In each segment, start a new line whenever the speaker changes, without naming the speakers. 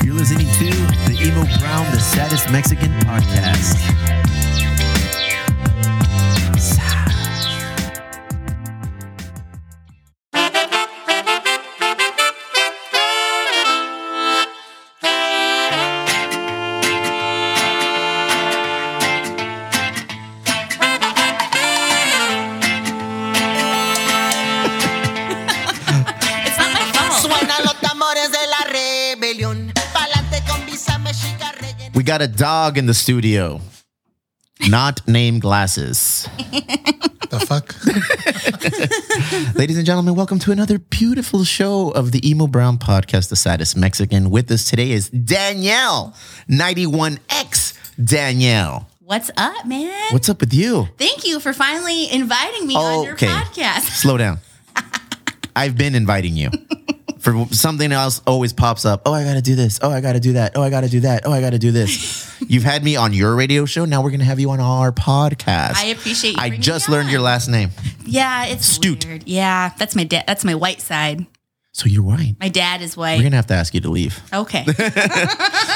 to the Emo Brown, the Saddest Mexican podcast.
It's not my fault.
Suenan los tambores de la rebelión. Pa'lante con visa mexica reggae.
We got a dog in the studio, not named Glasses.
The fuck?
Ladies and gentlemen, welcome to another beautiful show of the Emo Brown podcast, The Saddest Mexican. With us today is Danielle, 91X Danielle.
What's up, man?
What's up with you?
Thank you for finally inviting me on your
Okay.
podcast.
Slow down. I've been inviting you. For something else always pops up. Oh, I gotta do this. Oh, I gotta do that. Oh, I gotta do that. Oh, I gotta do this. You've had me on your radio show. Now we're gonna have you on our podcast.
I appreciate you.
I
bringing
just
me
learned
on.
your last name.
Yeah, it's
Stoot.
weird. Yeah, that's my dad. That's my white side.
So you're right.
My dad is
We're
white.
gonna have to ask you to leave.
Okay.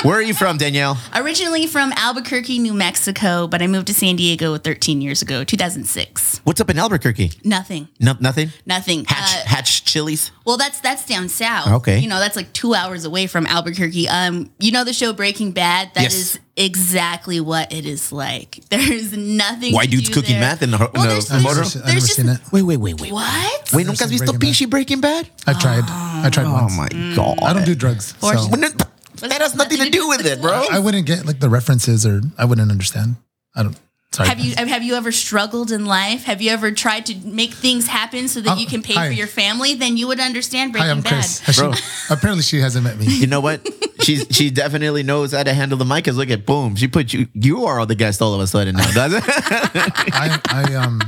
Where are you from, Danielle?
Originally from Albuquerque, New Mexico, but I moved to San Diego 13 years ago, 2006.
What's up in Albuquerque?
Nothing.
No, nothing.
Nothing.
Hatch,
Uh,
hatch chilies.
Well, that's that's down south.
Okay.
you know that's like two hours away from Albuquerque. Um, you know the show Breaking Bad. That
Yes.
is exactly what it is like. There's nothing.
Why
to
dudes
do
cooking
there.
meth in the- in
Well,
the
there's-
I've
there's-
never,
Motor?
seen, I've never
There's
seen it.
just
Wait, wait, wait, wait.
what?
Wait, nunca has
seen
visto
Breaking Bad.
Pinchy Breaking Bad?
I tried. I tried
Oh
once.
my god.
I don't do drugs. So
Or-
When it- That has nothing to do with it, bro.
I wouldn't get like the references or I wouldn't understand. I don't. Sorry.
Have you have you ever struggled in life? Have you ever tried to make things happen so that
Oh,
you can pay
hi.
for your family? Then you would understand Breaking
Hi, I'm
Bad.
Chris. Has she-
Bro.
apparently, she hasn't met me.
You know what? She's she definitely knows how to handle the mic. Cause look at boom, she put you. You are the guest all of a sudden now, doesn't?
I, I um,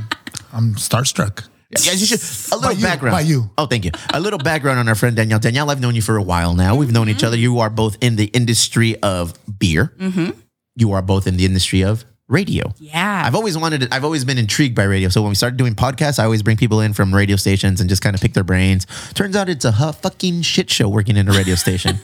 I'm starstruck.
yes, you should. A little
By you,
background
by you.
Oh, thank you. A little background on our friend Danielle. Danielle, I've known you for a while now. We've known
Mm-hmm.
each other. You are both in the industry of beer. You are both in the industry of radio.
Mm-hmm. Yeah.
I've always wanted. I've always been intrigued by radio. So when we started doing podcasts, I always bring people in from radio stations and just kind of pick their brains. Turns out it's a hu- fucking shit show working in a radio station.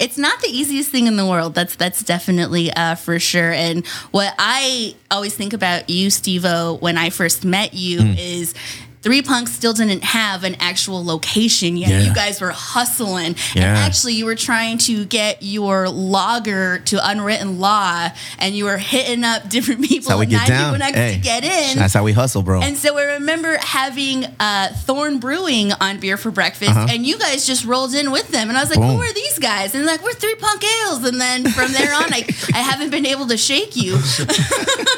it's not the easiest thing in the world. That's that's definitely uh, for sure. And what I always think about you, Stevo, when I first met you
Hmm.
is. Three Punks still didn't have an actual location yet.
Yeah.
You guys were hustling. And
Yeah.
actually, you were trying to get your logger to unwritten law, and you were hitting up different people
That's how we
at
get
9
down.
when I
Hey,
could get in.
That's how we hustle, bro.
And so I remember having uh, Thorn Brewing on Beer for Breakfast, and you guys just rolled in with them. And I was like,
Boom.
who are these guys? And they're like, we're three punk ales. And then from there on, I, I haven't been able to shake you.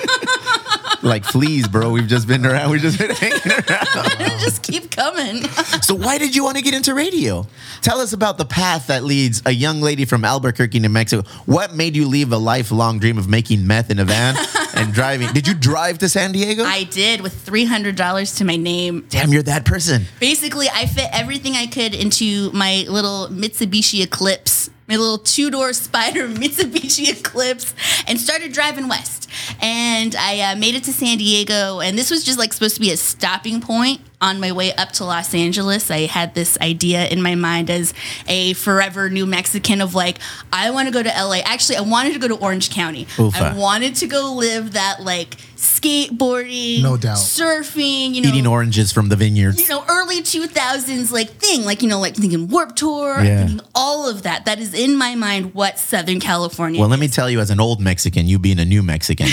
like fleas, bro. We've just been around. We've just been hanging around.
just keep coming.
So why did you want to get into radio? Tell us about the path that leads a young lady from Albuquerque, New Mexico. What made you leave a lifelong dream of making meth in a van and driving? Did you drive to San Diego?
I did with $300 to my name.
Damn, you're that person.
Basically, I fit everything I could into my little Mitsubishi Eclipse, my little two door spider Mitsubishi Eclipse, and started driving west. And I uh, made it to San Diego, and this was just like supposed to be a stopping point on my way up to Los Angeles. I had this idea in my mind as a forever New Mexican of like, I want to go to LA. Actually, I wanted to go to Orange County.
Oofa.
I wanted to go live that like skateboarding,
No doubt.
surfing, you know,
Eating oranges from the vineyard.
you know, early 2000s like thing, like, you know, like thinking Warp Tour, I'm
Yeah.
thinking all of that. That is in my mind what Southern California
Well, let me tell you, as an old Mexican, you being a new Mexican,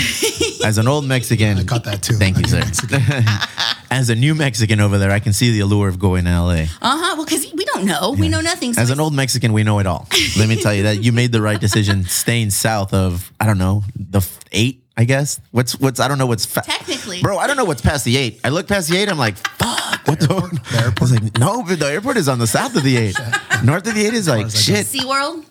as an old Mexican,
I got that too.
Thank you,
I'm
sir.
Mexican.
as a new Mexican over there, I can see the allure of going to LA.
Uh huh. Well, because we don't know. We know nothing. So
As
I
an old Mexican, we know it all. Let me tell you that you made the right decision staying south of I don't know the f- eight. I guess what's what's I don't know what's fa-
Technically.
bro. I don't know what's past the eight. I look past the eight. I'm like, fuck. What's the airport?
The airport?
I was like, no, but the airport is on the south of the eight. North of the eight is like
as I go.
shit.
SeaWorld?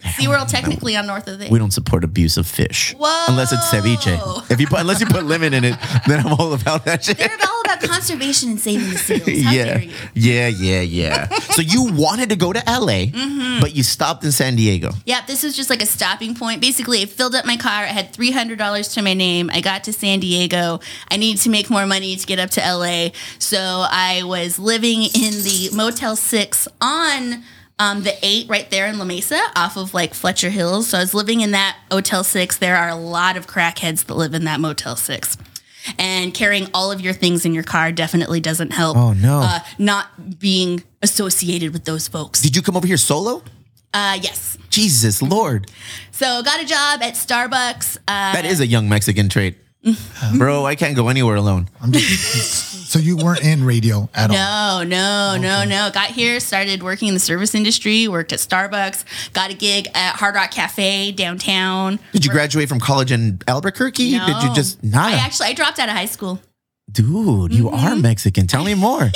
SeaWorld technically on north of the.
We don't support abuse of fish
Whoa.
unless it's ceviche. If you put, unless you put lemon in it, then I'm all about that shit.
They're all about conservation and saving the seals. How
yeah,
dare you?
yeah, yeah, yeah. so you wanted to go to LA,
Mm-hmm.
but you stopped in San Diego.
Yep, this was just like a stopping point. Basically, I filled up my car. I had three hundred dollars to my name. I got to San Diego. I needed to make more money to get up to LA, so I was living in the Motel Six on um, the eight right there in La Mesa off of like Fletcher Hills. So I was living in that Motel Six. There are a lot of crackheads that live in that Motel Six. And carrying all of your things in your car definitely doesn't help.
Oh, no.
Uh, not being associated with those folks.
Did you come over here solo?
Uh, yes.
Jesus Lord,
So got a job at Starbucks. Uh,
that is a young Mexican trait, bro. I can't go anywhere alone.
I'm just, so you weren't in radio at
no,
all.
no, no, no. Got here, started working in the service industry, worked at Starbucks, got a gig at Hard Rock Cafe downtown.
Did you graduate from college in Albuquerque?
No.
Did you just not?
I actually Mm-hmm. I dropped out of high school.
Dude, you are Mexican. Tell me more.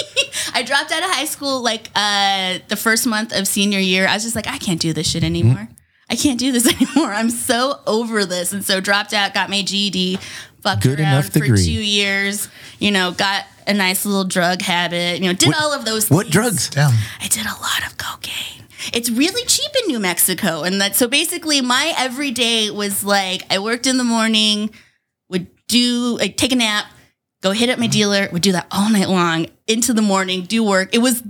I dropped out of high school like uh, the first month of senior year. I was just like, I can't do this
Hmm?
shit anymore. I can't do this anymore. I'm so over this. And so dropped out, got my GED, fucked
Good
around
enough
for
degree.
two years. You know, got a nice little drug habit. You know, did all of those.
what
things.
drugs?
Damn.
I did a lot of cocaine. It's really cheap in New Mexico. And that so basically my everyday was like I worked in the morning, would do like take a nap, go hit up my dealer, would do that all night long into the morning, do work. It was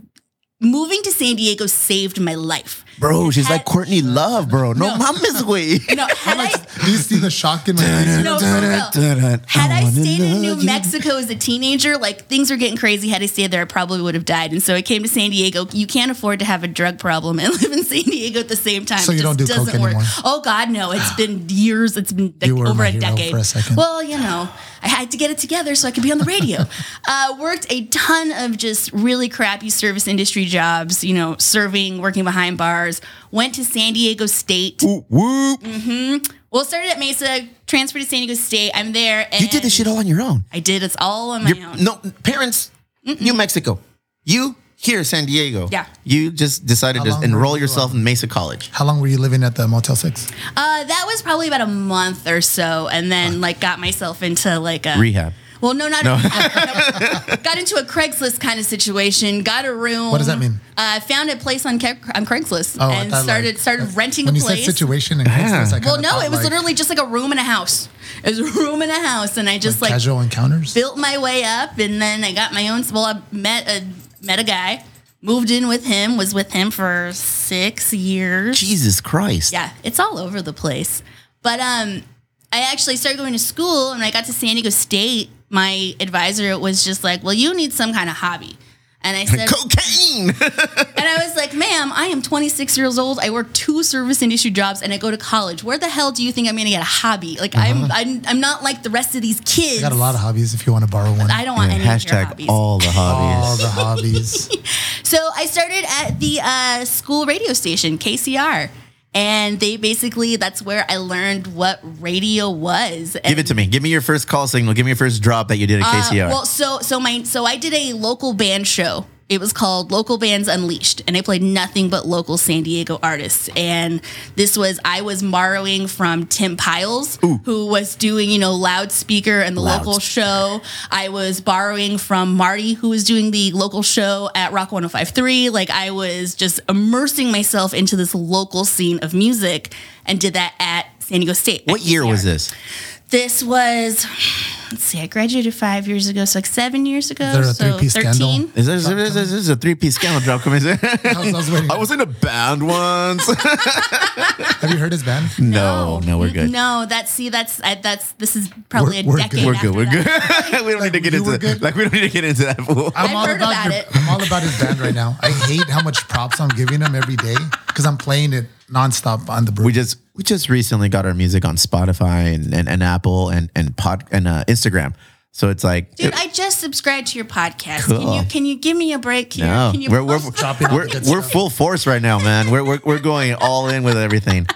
moving to San Diego saved my life.
Bro, she's
Had-
like Courtney Love, bro. No,
No.
mamas, way.
You know, had I
Do you see the shock in my face?
No, for real. Had I stayed in New Mexico as a teenager, like things were getting crazy. Had I stayed there, I probably would have died. And so I came to San Diego. You can't afford to have a drug problem and live in San Diego at the same time.
So you
It
don't
just
do coke anymore?
Oh God, no! It's been years. It's been like,
You were
over
my
a
hero
decade.
for a second.
Well, you know, I had to get it together so I could be on the radio. uh, worked a ton of just really crappy service industry jobs. You know, serving, working behind bars. Went to San Diego State.
Whoop, whoop.
Well, started at Mesa, transferred to San Diego State. I'm there. And
You did this shit all on your own.
I did. It's all on my
Your,
own.
no, parents, New Mexico. You here, San Diego.
Yeah.
You just decided
How
to
long
enroll
were you
yourself in Mesa College.
How long were you living at the Motel 6?
Uh, that was probably about a month or so, and then like got myself into like a
Rehab.
Well, no, not rehab. No. got into a Craigslist kind of situation. Got a room.
What does that mean?
Uh, found a place on, Cra- on Craigslist
Oh, I
and
thought,
started
like,
started renting
When
a
you
place.
said situation and Craigslist, I kinda
well, no,
thought,
it was
like,
literally just like a room and a house. It was a room and a house, and I just like
casual encounters.
built my way up and then I got my own well I met a met a guy, moved in with him, was with him for 6 years.
Jesus Christ.
Yeah, it's all over the place. But um I actually started going to school and when I got to San Diego State, my advisor was just like, "Well, you need some kind of hobby." And I said,
Cocaine.
and I was like, ma'am, I am 26 years old. I work two service industry jobs and I go to college. Where the hell do you think I'm going to get a hobby? Like, I'm, I'm, I'm not like the rest of these kids.
I got a lot of hobbies if you want to borrow one.
I don't want any of your
Hashtag
hobbies.
all the hobbies.
All the hobbies.
So I started at the uh, school radio station, KCR. And they basically, that's where I learned what radio was. And,
Give it to me. Give me your first call signal. Give me your first drop that you did at KCR.
Uh, Well, so, so my, so I did a local band show. It was called Local Bands Unleashed, and I played nothing but local San Diego artists. And this was, I was borrowing from Tim Piles, who was doing, you know, loudspeaker and the local show. I was borrowing from Marty, who was doing the local show at Rock 1053. Like I was just immersing myself into this local scene of music and did that at San Diego State.
what
at
year
PCR.
was this?
This was, let's see, I graduated five years ago, so like seven years ago.
there a
so
three-piece scandal?
Is this, is this, is this a three piece scandal drop coming?
I was, I was waiting.
I was in a band once.
Have you heard his band?
no, no, we're good.
No, that's see, that's I, that's this is probably
We're-
a
we're
decade.
good.
We're good. We're good.
after that.
we don't need to get
you
into
were
that.
good?
Like we don't need to get into that. Fool.
I'm all
heard
about,
about
your,
it.
I'm all about his band right now. I hate how much props I'm giving him every day because I'm playing it nonstop on the brew.
We just we just recently got our music on Spotify and and, and Apple and and pod and uh, Instagram. So it's like
Dude, I just subscribed to your podcast.
Cool.
Can you can you give me a break here?
no,
Can you
we're we're,
post-
Chopping up
we're,
the good
we're
stuff.
full force right now, man. We're we're we're going all in with everything.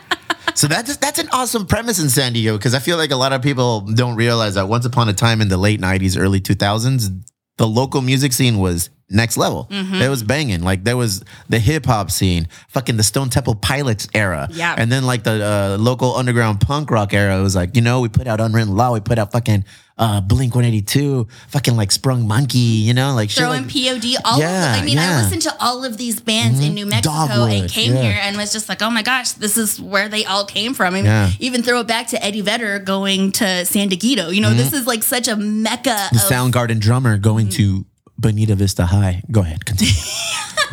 So that's that's an awesome premise in San Diego because I feel like a lot of people don't realize that once upon a time in the late '90s, early 2000s, the local music scene was next level.
Mm-hmm.
It was banging. Like there was the hip hop scene, fucking the Stone Temple Pilots era,
Yeah.
and then like the uh, local underground punk rock era. It was like you know we put out Unwritten Law, we put out fucking uh, Blink 182, fucking like Sprung Monkey, you know, like shit
Throw
like-
in POD,
Yeah,
all of them. I mean,
yeah. Mm-hmm.
I listened to all of these bands in New Mexico
Dogwood,
and came
yeah.
here and was just like, oh my gosh, this is where they all came from. I mean,
Yeah.
even throw it back to Eddie Vedder going to San Diego. You know,
Mm-hmm.
this is like such a mecca
the
of
Soundgarden drummer going to Bonita Vista High. Go ahead, continue.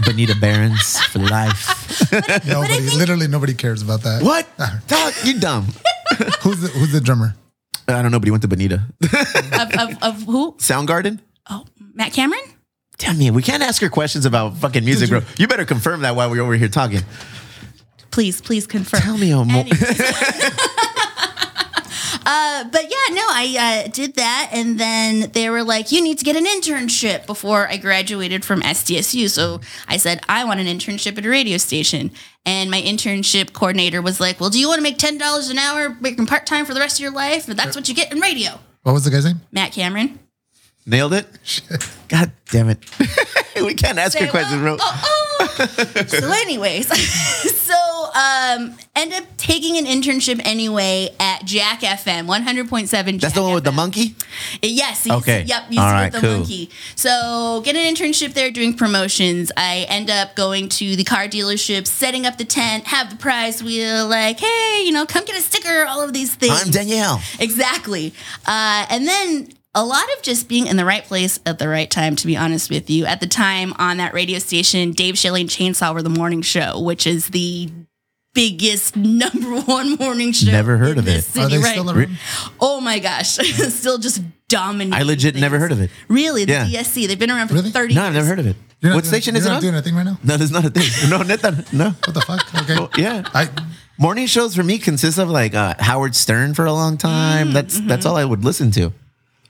Bonita Barons for life.
Nobody,
think-
literally nobody cares about that.
What? Dog, you're dumb.
Who's the, who's the drummer?
I don't know, but he went to Bonita.
of, of, of who?
Soundgarden?
Oh, Matt Cameron?
Damn it, we can't ask her questions about fucking music, bro. You better confirm that while we're over here talking.
Please, please confirm.
Tell me a more.
Anyways. uh, but yeah, no, I uh, did that, and then they were like, "You need to get an internship before I graduated from SDSU." So I said, "I want an internship at a radio station." And my internship coordinator was like, "Well, do you want to make ten dollars an hour, working part time for the rest of your life? But that's what you get in radio."
What was the guy's name?
Matt Cameron.
Nailed it? God damn it. we can't ask her
Say,
questions, bro.
"Well, oh, oh." so, anyways, so um, end up taking an internship anyway at Jack FM, one hundred point seven.
That's the one with the monkey?
Yes. He's,
Okay.
Yep. He's
All
with
right,
the
cool.
monkey. So get an internship there doing promotions. I end up going to the car dealership, setting up the tent, have the prize wheel, like, hey, you know, come get a sticker, all of these things.
I'm Danielle.
Exactly. Uh, and then a lot of just being in the right place at the right time, to be honest with you. At the time on that radio station, Dave Shelley and Chainsaw were the morning show, which is the biggest number one morning show.
Never heard
in
of
this
it.
Are
city
they
right
still around?
Oh my gosh. Still just dominating.
I legit never heard of it.
Really? The
Yeah.
DSC. They've been around for
Really?
30
No, I've never heard of it.
You're not
What
doing-
station is it
you're not
on?
doing a thing right now?
No, there's not a thing. No, neta, no.
What the fuck? Okay.
Yeah.
I,
Morning shows for me consist of like uh, Howard Stern for a long time. That's that's all I would listen to.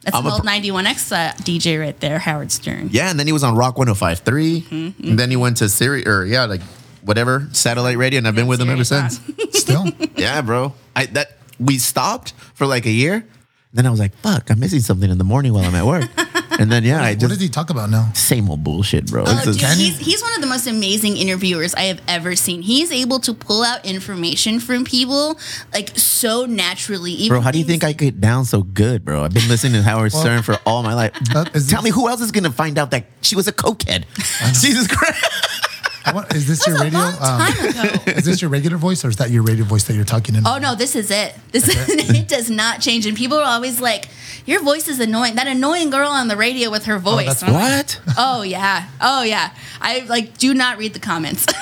That's
I'm
an
a
old
pr-
91X uh, DJ right there, Howard Stern.
Yeah, and then he was on Rock 105.3. And then he went to Siri or yeah, like whatever satellite radio, and I've been with him ever since.
still.
yeah, bro. I that we stopped for like a year. Then I was like, fuck, I'm missing something in the morning while I'm at work. and then yeah, I
what does
just
he talk about now?
same old bullshit, bro.
Oh,
It's just-
dude, he's, he's one of the most amazing interviewers I have ever seen. He's able to pull out information from people like so naturally. Even
Bro, how do you
things-
think I get down so good, bro? I've been listening to Howard Stern for all my life.
Uh, is
Tell me
this-
who else is gonna find out that she was a cokehead? Jesus Christ!
I want- is this your
That's a
radio? um,
long time ago.
is this your regular voice, or is that your radio voice that you're talking in?
Oh no, this is it. This it does not change. And people are always like, "Your voice is annoying." That annoying girl on the radio with her voice.
Oh, that's-
And I'm like,
What?
oh yeah. Oh yeah. I like do not read the comments.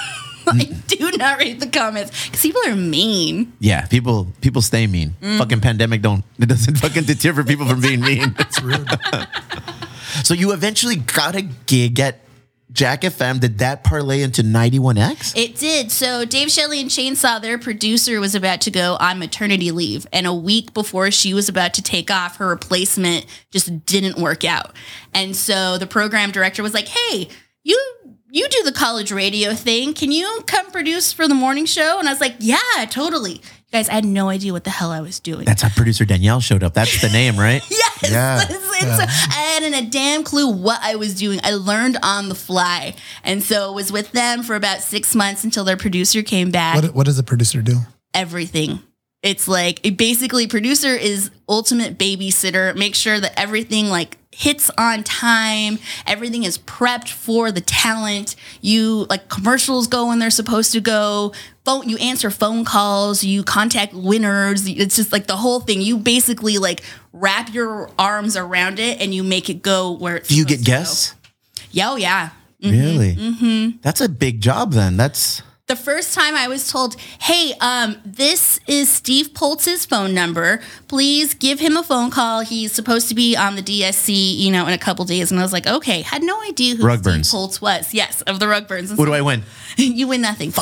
I
Mm.
do not read the comments because people are mean.
Yeah, people people stay mean. Fucking pandemic don't it doesn't fucking deter for people from being mean.
It's rude.
so you eventually got a gig at Jack FM. Did that parlay into 91X?
It did. So Dave Shelley and Chainsaw, their producer, was about to go on maternity leave, and a week before she was about to take off, her replacement just didn't work out, and so the program director was like, "Hey, you." You do the college radio thing. Can you come produce for the morning show? And I was like, Yeah, totally. You guys, I had no idea what the hell I was doing.
That's how producer Danielle showed up. That's the name, right?
Yes.
Yeah.
And so I hadn't a damn clue what I was doing. I learned on the fly. And so was with them for about six months until their producer came back.
What, what does a producer do?
Everything. It's like it basically producer is ultimate babysitter. Make sure that everything like hits on time. Everything is prepped for the talent. You like commercials go when they're supposed to go. Phone you answer phone calls, you contact winners. It's just like the whole thing. You basically like wrap your arms around it and you make it go where it's
Do you
supposed
get
to go.
guests?
Yeah, oh yeah.
Really? Mm-hmm. That's a big job then. That's
the first time I was told, "Hey, um, this is Steve Poltz's phone number. Please give him a phone call. He's supposed to be on the DSC, you know, in a couple days." And I was like, "Okay." Had no idea who
Rugburns.
Steve Poltz was. Yes, of the Rugburns. And
what
so-
do I win?
you win nothing. Uh,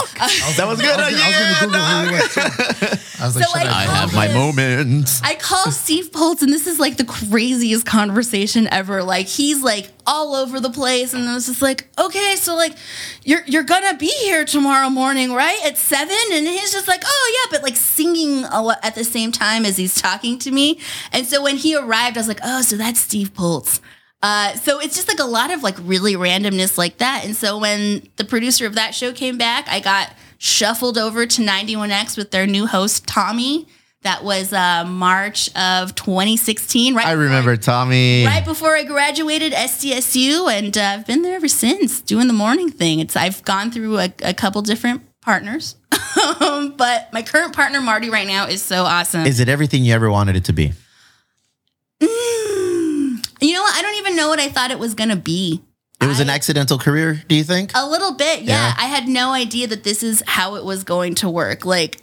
That was good.
I was, gonna- I was gonna Google who he was. too. I was like,
So
shut
I-
I
up.
have my moments.
I call Steve Poltz, and this is like the craziest conversation ever. Like he's like all over the place, and I was just like, okay, so like you're you're gonna be here tomorrow morning, right, at seven? And he's just like, oh yeah, but like singing a lot at the same time as he's talking to me. And so when he arrived, I was like, oh, so that's Steve Poltz. Uh, so it's just like a lot of like really randomness like that. And so when the producer of that show came back, I got shuffled over to 91X with their new host, Tommy. That was uh, March of 2016, right?
I remember Tommy.
Right before I graduated SDSU, and uh, I've been there ever since doing the morning thing. It's I've gone through a, a couple different partners, um, but my current partner Marty right now is so awesome.
Is it everything you ever wanted it to be?
you know what? I don't even know what I thought it was gonna be.
It was an
I-
accidental career, do you think?
A little bit, yeah.
Yeah.
I had no idea that this is how it was going to work. Like,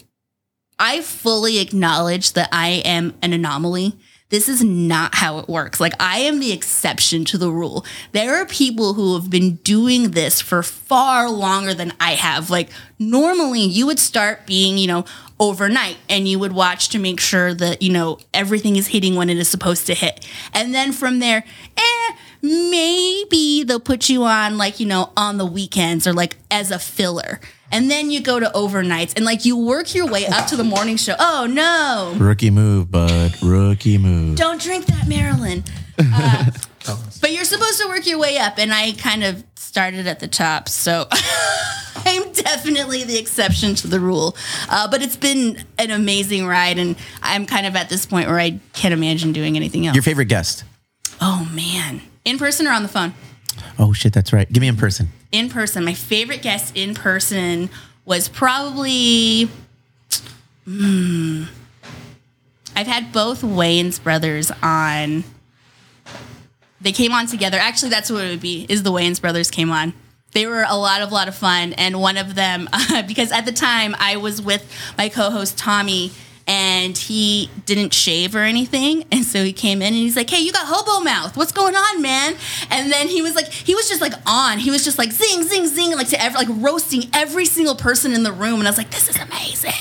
I fully acknowledge that I am an anomaly. This is not how it works. Like, I am the exception to the rule. There are people who have been doing this for far longer than I have. Like, normally you would start being, you know, overnight and you would watch to make sure that, you know, everything is hitting when it is supposed to hit. And then from there, eh, maybe they'll put you on, like, you know, on the weekends or like as a filler. And then you go to overnights and like you work your way up to the morning show. Oh no,
Rookie move, bud. Rookie move.
don't drink that, Marilyn. Uh, but you're supposed to work your way up. And I kind of started at the top. So I'm definitely the exception to the rule. Uh, but it's been an amazing ride. And I'm kind of at this point where I can't imagine doing anything else.
Your favorite guest?
oh man. In person or on the phone?
Oh shit, that's right. Give me in person.
in person. My favorite guest in person was probably. Hmm. I've had both Wayne's brothers on. They came on together. Actually, that's what it would be. Is the Wayne's brothers came on. They were a lot of lot of fun, and one of them because at the time I was with my co-host Tommy, and he didn't shave or anything, and so he came in and he's like, "Hey, you got hobo mouth. What's going on, man?" And then he was like, he was just like on. He was just like zing, zing, zing, like to every, like roasting every single person in the room, and I was like, "This is amazing."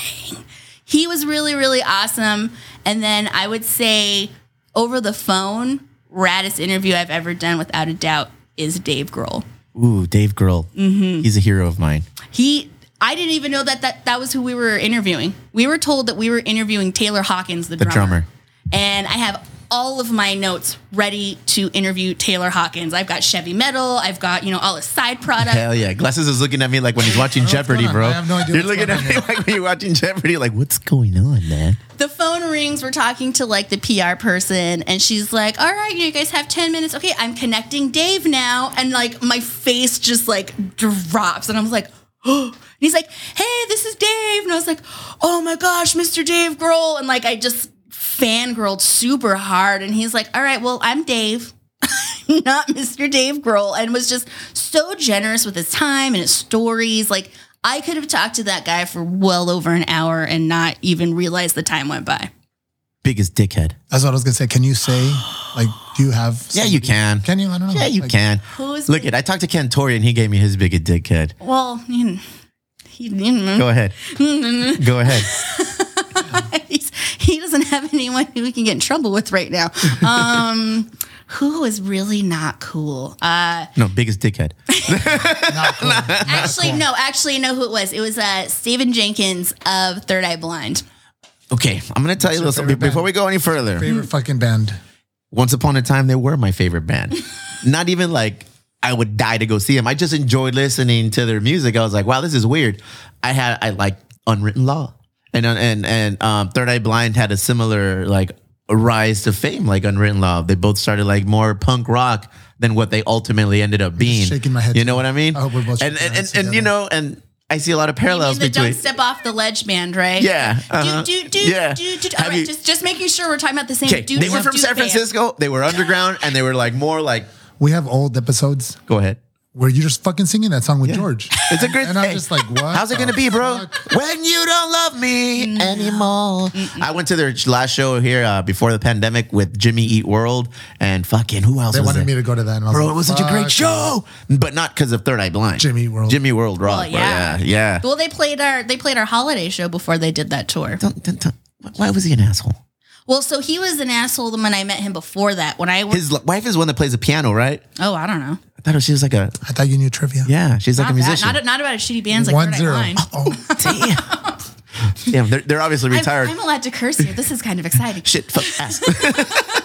he was really really awesome and then i would say over the phone raddest interview i've ever done without a doubt is dave grohl
Ooh, Dave Grohl.
Mm-hmm.
He's a hero of mine.
he i didn't even know that that, that was who we were interviewing we were told that we were interviewing taylor hawkins the,
The drummer.
and i have all of my notes ready to interview taylor hawkins i've got chevy metal i've got you know all his side products
Hell yeah. Glasses is looking at me like when he's watching Jeopardy,
going on?
bro.
I have no idea
You're
what's
looking at
going on
me like when you're watching Jeopardy, like, what's going on, man?
the phone rings. We're talking to like the PR person, and she's like, "All right, you guys have ten minutes. Okay, I'm connecting Dave now." And like my face just like drops, and I was like, "Oh!" And he's like, "Hey, this is Dave," and I was like, "Oh my gosh, Mr. Dave Grohl!" And like I just fangirled super hard, and he's like, "All right, well, I'm Dave." not Mr. Dave Grohl, and was just so generous with his time and his stories. Like, I could have talked to that guy for well over an hour and not even realize the time went by.
Biggest dickhead.
That's what I was gonna say. Can you say like do you have?
Yeah, you can.
Can you? I don't know.
Yeah, you
Like,
can.
Who's-
Look at I talked to Ken Tori and he gave me his biggest dickhead.
Well, you know, he,
Go ahead. Go ahead.
he's- he doesn't have anyone who we can get in trouble with right now. Um, who is really not cool? Uh,
No, biggest dickhead.
Not cool.
actually, no, actually, I know who it was. It was uh, Stephen Jenkins of Third Eye Blind.
Okay, I'm gonna tell you
your
this
favorite
before
band?
we go any further.
Favorite fucking band.
Once upon a time, they were my favorite band. Not even like I would die to go see them. I just enjoyed listening to their music. I was like, wow, this is weird. I had I like Unwritten Law and uh, and and um, Third Eye Blind had a similar like rise to fame like Unwritten Law. They both started like more punk rock than what they ultimately ended up being.
shaking my head
You know
too.
what I mean?
I hope we're both
and
shaking
and,
our
and,
heads
and you
together.
know and. I see Oh, a lot of parallels
And the
between
don't step off the ledge band, right?
Yeah, uh-huh.
Do, do, do,
Yeah.
do, do, do.
Have
All right,
you-
just, just making sure we're talking about the same.
Okay,
dude
they were
and
from
dude
San
band.
Francisco. They were underground, and they were like more like.
We have old episodes
Go ahead.
where you're just fucking singing that song with George.
It's a great.
And I'm
hey,
just like, "Oh, what?
How's it
the
gonna be, bro? When you don't love me anymore. I went to their last show here uh, before the pandemic with Jimmy Eat World and fucking who else?
They
was
wanted
there?
me to go to that, and I was
Bro,
like,
it was such a
fuck
great show, but not because of Third Eye Blind.
Jimmy Eat World.
Jimmy World rock.
Well,
bro, yeah,
yeah.
yeah.
Well, they played our they played our holiday show before they did that tour.
Don't- don't- don't- why was he an asshole?
Well, so he was an asshole when I met him before that. When I was
His l- wife is one that plays the piano, right?
oh, I don't know,
I thought she was like a
I thought you knew trivia.
yeah, she's like
not,
a
that,
musician.
not, not about a shitty bands like
One
Third Eye Blind.
zero. Oh,
Damn, damn, they're, they're obviously
I'm-
retired.
I'm allowed to curse here. This is kind of exciting.
shit, fuck, ass.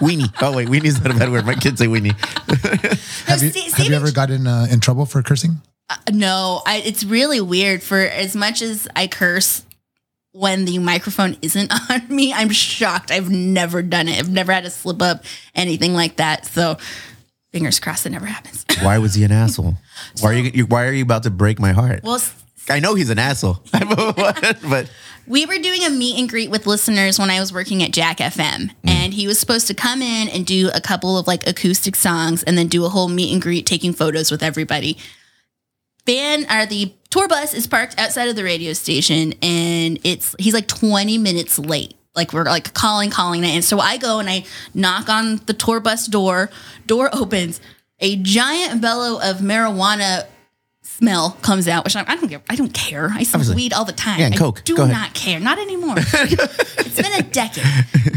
weenie. Oh wait, weenie's not a bad word. My kids say weenie.
have you,
Ste-
have you
Stephen
ever gotten uh, in trouble for cursing?
No, I, it's really weird. For as much as I curse when the microphone isn't on me, I'm shocked. I've never done it. I've never had to slip up anything like that. So, fingers crossed, it never happens.
Why was he an asshole? Why are you, you? Why are you about to break my heart?
well, S-
I know he's an asshole, but
We were doing a meet and greet with listeners when I was working at Jack FM, and he was supposed to come in and do a couple of like acoustic songs and then do a whole meet and greet taking photos with everybody. Van or the tour bus is parked outside of the radio station and it's he's like 20 minutes late. Like we're like calling, calling it. And so I go and I knock on the tour bus door. Door opens. A giant bellow of marijuana smell comes out, which I'm, I don't give, I don't care. I smoke
Obviously.
weed all the time.
Yeah, and
I
coke.
do
Go ahead.
not care. Not anymore. it's been a decade.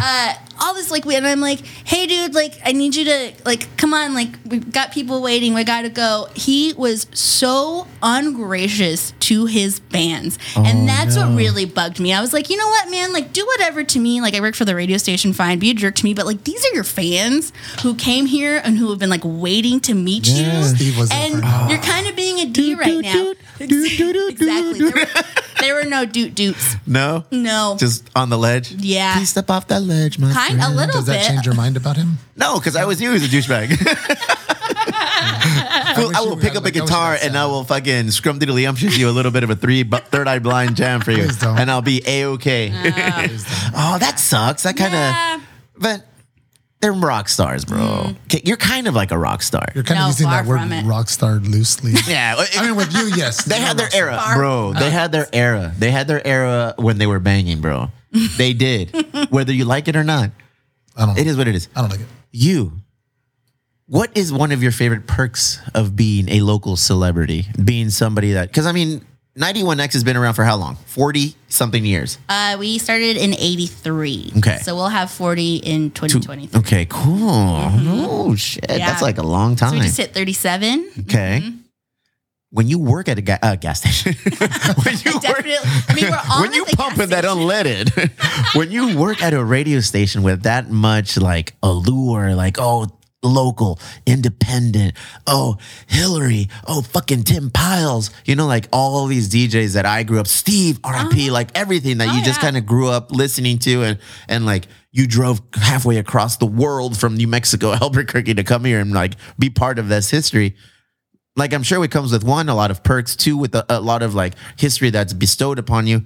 Uh, all this like, we- and I'm like, hey, dude, like, I need you to like, come on, like, we've got people waiting. We gotta go. He was so ungracious to his fans,
Oh,
and that's what really bugged me. I was like, you know what, man, like, do whatever to me. Like, I work for the radio station, fine, be a jerk to me, but like, these are your fans who came here and who have been like waiting to meet
Yeah,
you,
Steve was
and
different.
you're kind of being a d right now. exactly. There were, there were no doot doots.
no,
No.
just on the ledge.
Yeah.
please step off that ledge, man.
Kind a little
Does that
bit.
change your mind about him?
No, because I always knew he was a douchebag. Well,
wish
I
you
will
were-
pick up
I
a
wish I was
guitar and
that.
I will fucking scrum diddly umptious you a little bit of a three bu- third eye blind jam for you,
Please don't.
and I'll be a okay. oh, that sucks. That kind of,
Yeah.
but they're rock stars, bro.
Mm.
Okay, You're kind of like a rock star.
You're kind
No,
of using
far
that word
from it.
rock star loosely.
yeah,
I mean, with you, yes.
They had their era,
Far-
bro. They had their era. They had their era when they were banging, bro. They did. Whether you like it or not,
I don't.
it is what it is.
I don't like it.
You, what is one of your favorite perks of being a local celebrity? Being somebody that, because I mean, 91X has been around for how long? 40 something years.
Uh, we started in 83.
Okay.
So we'll have 40 in 2023.
Okay, cool. Oh, shit.
Mm-hmm. Yeah.
That's like a long time.
So we just hit 37.
okay. When you work at a ga- uh, gas station, when you work,
Definitely. I mean, we're on
when you pumping that unleaded, when you work at a radio station with that much like allure, like oh local, independent, oh Hillary, oh fucking Tim Piles, you know, like all these DJs that I grew up, Steve, R.I.P., like everything that you just
Uh-huh. Oh, yeah.
kind of grew up listening to, and and like you drove halfway across the world from New Mexico, Albuquerque, to come here and like be part of this history like I'm sure it comes with one a lot of perks, two with a, a lot of like history that's bestowed upon you.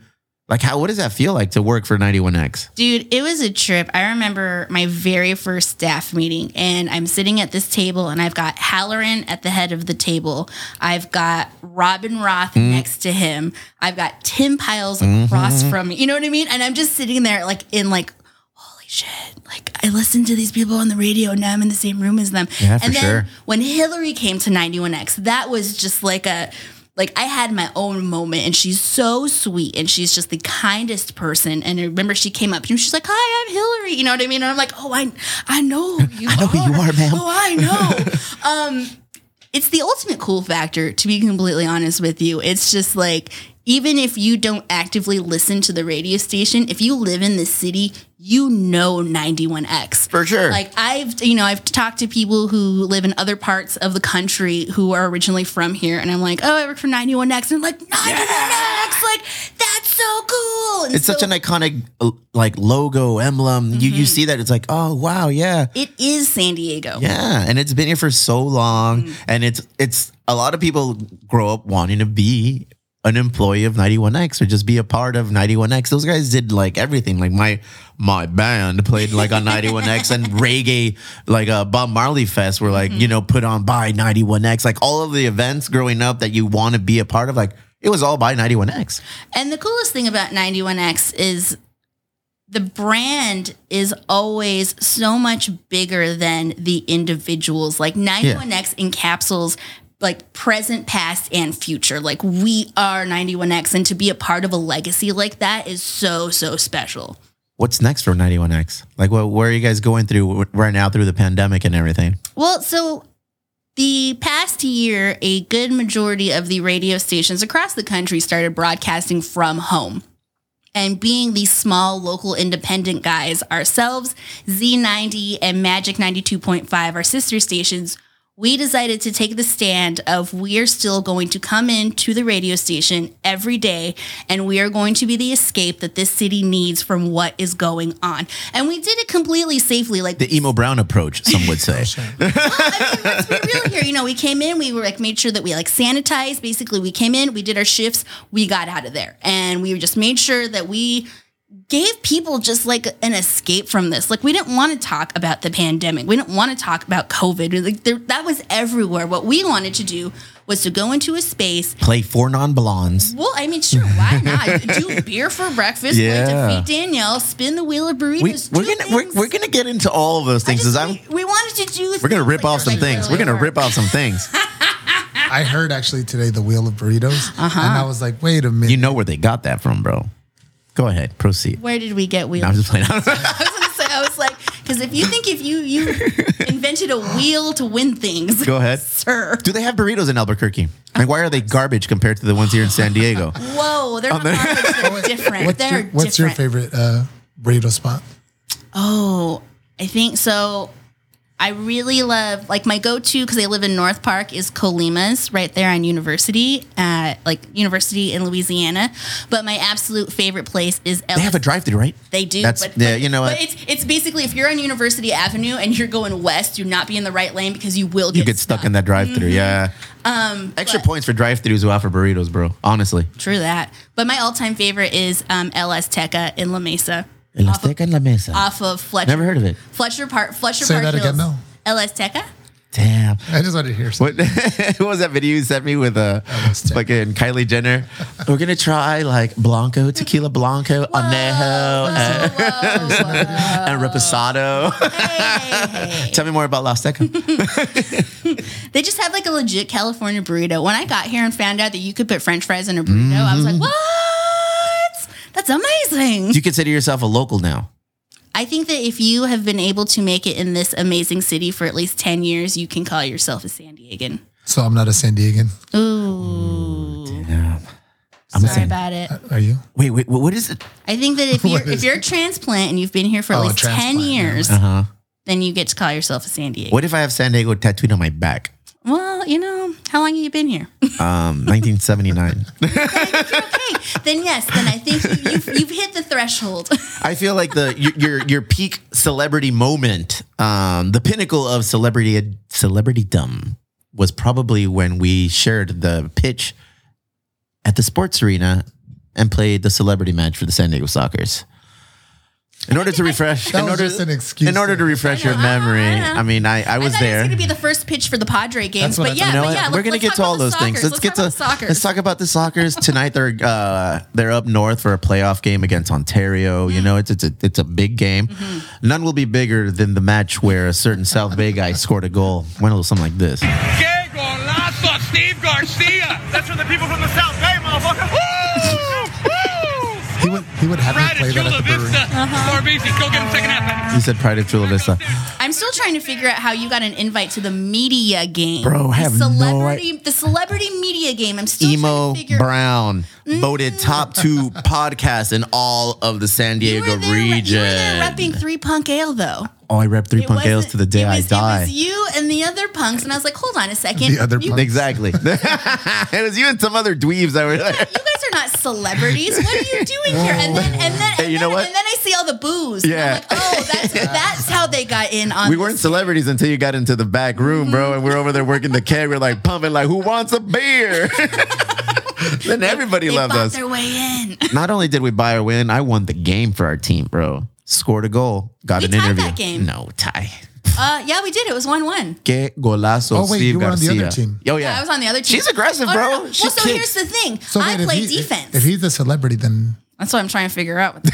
Like how what does that feel like to work for 91X?
Dude, it was a trip. I remember my very first staff meeting, and I'm sitting at this table, and I've got Halloran at the head of the table. I've got Robin Roth
Mm-hmm.
next to him. I've got Tim Piles across from me. You know what I mean? And I'm just sitting there, like, in like, holy shit. Like, I listened to these people on the radio, and now I'm in the same room as them.
Yeah, for
and
sure.
when Hillary came to 91X, that was just like a like I had my own moment and she's so sweet and she's just the kindest person. And I remember she came up to me, she's like, Hi, I'm Hillary. You know what I mean? And I'm like, Oh, I I know who you
I know
are.
who you are, ma'am.
Oh, I know. um it's the ultimate cool factor, to be completely honest with you. It's just like even if you don't actively listen to the radio station, if you live in the city, you know 91X.
For sure.
Like I've you know I've talked to people who live in other parts of the country who are originally from here, and I'm like, oh, I work for 91X, and like 91X, like that's so cool. And
It's such
so Mm-hmm.
an iconic uh, like logo emblem. You you see that it's like, "Oh, wow, yeah."
it is San Diego.
Yeah, and it's been here for so long and it's it's a lot of people grow up wanting to be an employee of 91X or just be a part of 91X. Those guys did like everything. Like my my band played like on 91X and reggae like a Bob Marley fest were like, you know, put on by 91X. Like all of the events growing up that you want to be a part of like it was all by 91X.
And the coolest thing about 91X is the brand is always so much bigger than the individuals. Like 91X encapsulates like present, past, and future. Like we are 91X, and to be a part of a legacy like that is so, so special.
What's next for 91X? Like what where are you guys going through right now through the pandemic and everything?
Well, so the past year, a good majority of the radio stations across the country started broadcasting from home. And being these small local independent guys ourselves, Z90 and Magic 92.5, our sister stations, we decided to take the stand of we are still going to come in to the radio station every day and we are going to be the escape that this city needs from what is going on. And we did it completely safely. Like
The emo brown approach, some would say.
let's be real here. You know, we came in, we were like made sure that we like sanitized. Basically, we came in, we did our shifts, we got out of there, and we just made sure that we gave people just like an escape from this. Like we didn't want to talk about the pandemic. We didn't want to talk about COVID. Like there, that was everywhere. What we wanted to do was to go into a space.
Play four non blondes.
Well, I mean, sure, why not? do beer for breakfast,
Yeah.
play defeat Danielle, spin the wheel of
We,
burritos.
we're
do
gonna we're,
things.
we're gonna get into all of those
I
things.
just-
'cause I'm
we, we wanted to do.
we're gonna rip off some things. We're gonna
rip.
rip off some things.
I heard actually today the wheel of burritos, and
Uh-huh.
I was like, wait a minute.
You know where they got that from, bro. Go ahead, proceed.
Where did we get wheels?
I'm just playing.
I was gonna say, I was like, because if you think if you you invented a wheel to win things,
Go ahead.
sir.
Do they have burritos in Albuquerque? Like, why are they garbage compared to the ones here in San Diego?
Whoa,
Oh,
they're not garbage, they're different.
what's
they're
your, what's your
different.
favorite uh, burrito spot?
Oh, I think so. I really love like my go-to because I live in North Park is Colima's right there on University, uh, like University in Louisiana. But my absolute favorite place is
They have a drive-through, right?
They do.
That's yeah. you know
but
what?
it's it's basically if you're on University Avenue and you're going west, do not be in the right lane because you will get,
You get stuck in that
Mm-hmm.
drive-through. Yeah. Um, Extra points for drive-throughs without for burritos, bro. Honestly.
True that. But my all-time favorite is um, El Azteca in La Mesa,
El Azteca en la mesa.
off of Fletcher.
Never heard of it.
Fletcher Park. Fletcher
Say
Park
that
Hills.
again, Mel.
El Azteca.
Damn.
I just wanted to hear. Something.
What, what was that video you sent me with uh,
that's terrible.
fucking Kylie Jenner? We're gonna try like Blanco, tequila Blanco, Anejo, and,
Oh, Whoa.
and Reposado.
Hey, hey, hey.
Tell me more about La Azteca.
They just had like a legit California burrito. When I got here and found out that you could put French fries in a burrito, I was like, what? That's amazing.
Do Mm-hmm. you consider yourself a local now?
I think that if you have been able to make it in this amazing city for at least 10 years, you can call yourself a San Diegan.
So I'm not a San Diegan.
Ooh.
Yeah. I'm
Sorry
saying-
about it.
Are you?
Wait, wait, what is it?
I think that if you're
What
if
is
you're a transplant and you've been here for at
Oh, a
least ten
transplant, yeah.
years,
Uh-huh.
then you get to call yourself a San Diego.
What if I have San Diego tattooed on my back?
Well, you know, how long have you been here?
Um, 1979.
okay, then yes, then I think you, you've, you've hit the threshold.
I feel like the your your, your peak celebrity moment, um, the pinnacle of celebrity celebrity dumb was probably when we shared the pitch at the sports arena and played the celebrity match for the San Diego Sockers. In order to refresh,
That
in
was
order,
just an excuse
in order
to- Uh-huh.
to refresh your
I know, I
memory,
know.
I mean, I, I was
I thought
there.
It's going to be the first pitch for the Padre games,
That's what
but
I
yeah,
thought.
You know
but
what?
yeah,
We're
let's-
gonna
let's
get
talk
to all
about the
those things.
Sockers.
Let's, get to
soccer.
let's talk about the Sockers tonight. They're uh, they're up north for a playoff game against Ontario. You know, it's it's a it's a big game.
Mm-hmm.
None will be bigger than the match where a certain South Bay guy scored a goal. Went a little something like this.
Que golazo, Steve Garcia! That's from the people from the South Bay, motherfucker! Woo! Woo!
He would. He would have
Right
me play
at
that
Chula
at the brewery.
Vista. Scorbisi, go get him second half.
He said, "Pride of Chula Vista."
I'm still trying to figure out how you got an invite to the media game,
Bro, I have
the
no
celebrity, the celebrity media game. I'm still
Emo
trying to figure Mm.
Brown voted top two podcasts in all of the San
You
Diego
were there, re- You
region.
were there repping three punk ale though.
oh, I rep three
It
punk ales
wasn't-
to the day
it was,
I die.
It was you and the other punks, and I was like, hold on a second.
The other
you,
punks.
Exactly. it was you and some other dweebs that were there.
You guys are not celebrities. What are you doing here? And then, and then, and
Hey, you
then,
know what?
And then I see all the booze. and I'm
Yeah.
like, oh, that's that's how they got in on.
We
this.
weren't celebrities until you got into the back room, bro, and we're over there working the keg. We're like pumping, like, who wants a beer? then everybody
They
loved
bought
us.
their way in.
Not only did we buy or win, I won the game for our team, bro. Scored a goal, got
We
an
tied
interview.
that game.
No tie.
Uh, yeah, we did. It was one-one.
Que golazo,
Oh, wait,
Steve
you were on the
Garcia.
other team.
Oh yeah.
I was on the other team.
She's aggressive,
Oh,
bro.
no, no.
She
well, so
kicks.
here's the thing.
So wait,
I
if
play
he-
defense.
If, he's a celebrity, then
that's what I'm trying to figure out. What the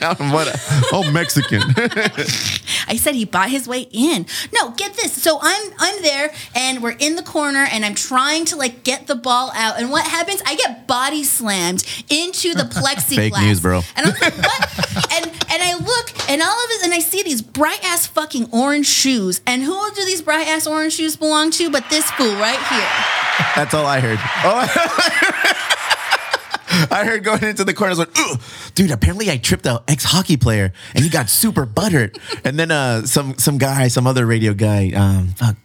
hell it is.
what a- oh, Mexican.
I said he bought his way in. No, get this. So I'm I'm there and we're in the corner and I'm trying to like get the ball out. And what happens? I get body slammed into the plexiglass.
Fake news, bro.
And I'm like, what? and and I look and all of this and I see these bright ass fucking orange shoes. And who do these bright ass orange shoes belong to? But this fool right here.
That's all I heard. Oh, I heard going into the corners like, "Ugh, dude, apparently I tripped a ex hockey player and he got super buttered. And then uh, some some guy, some other radio guy, um, fuck,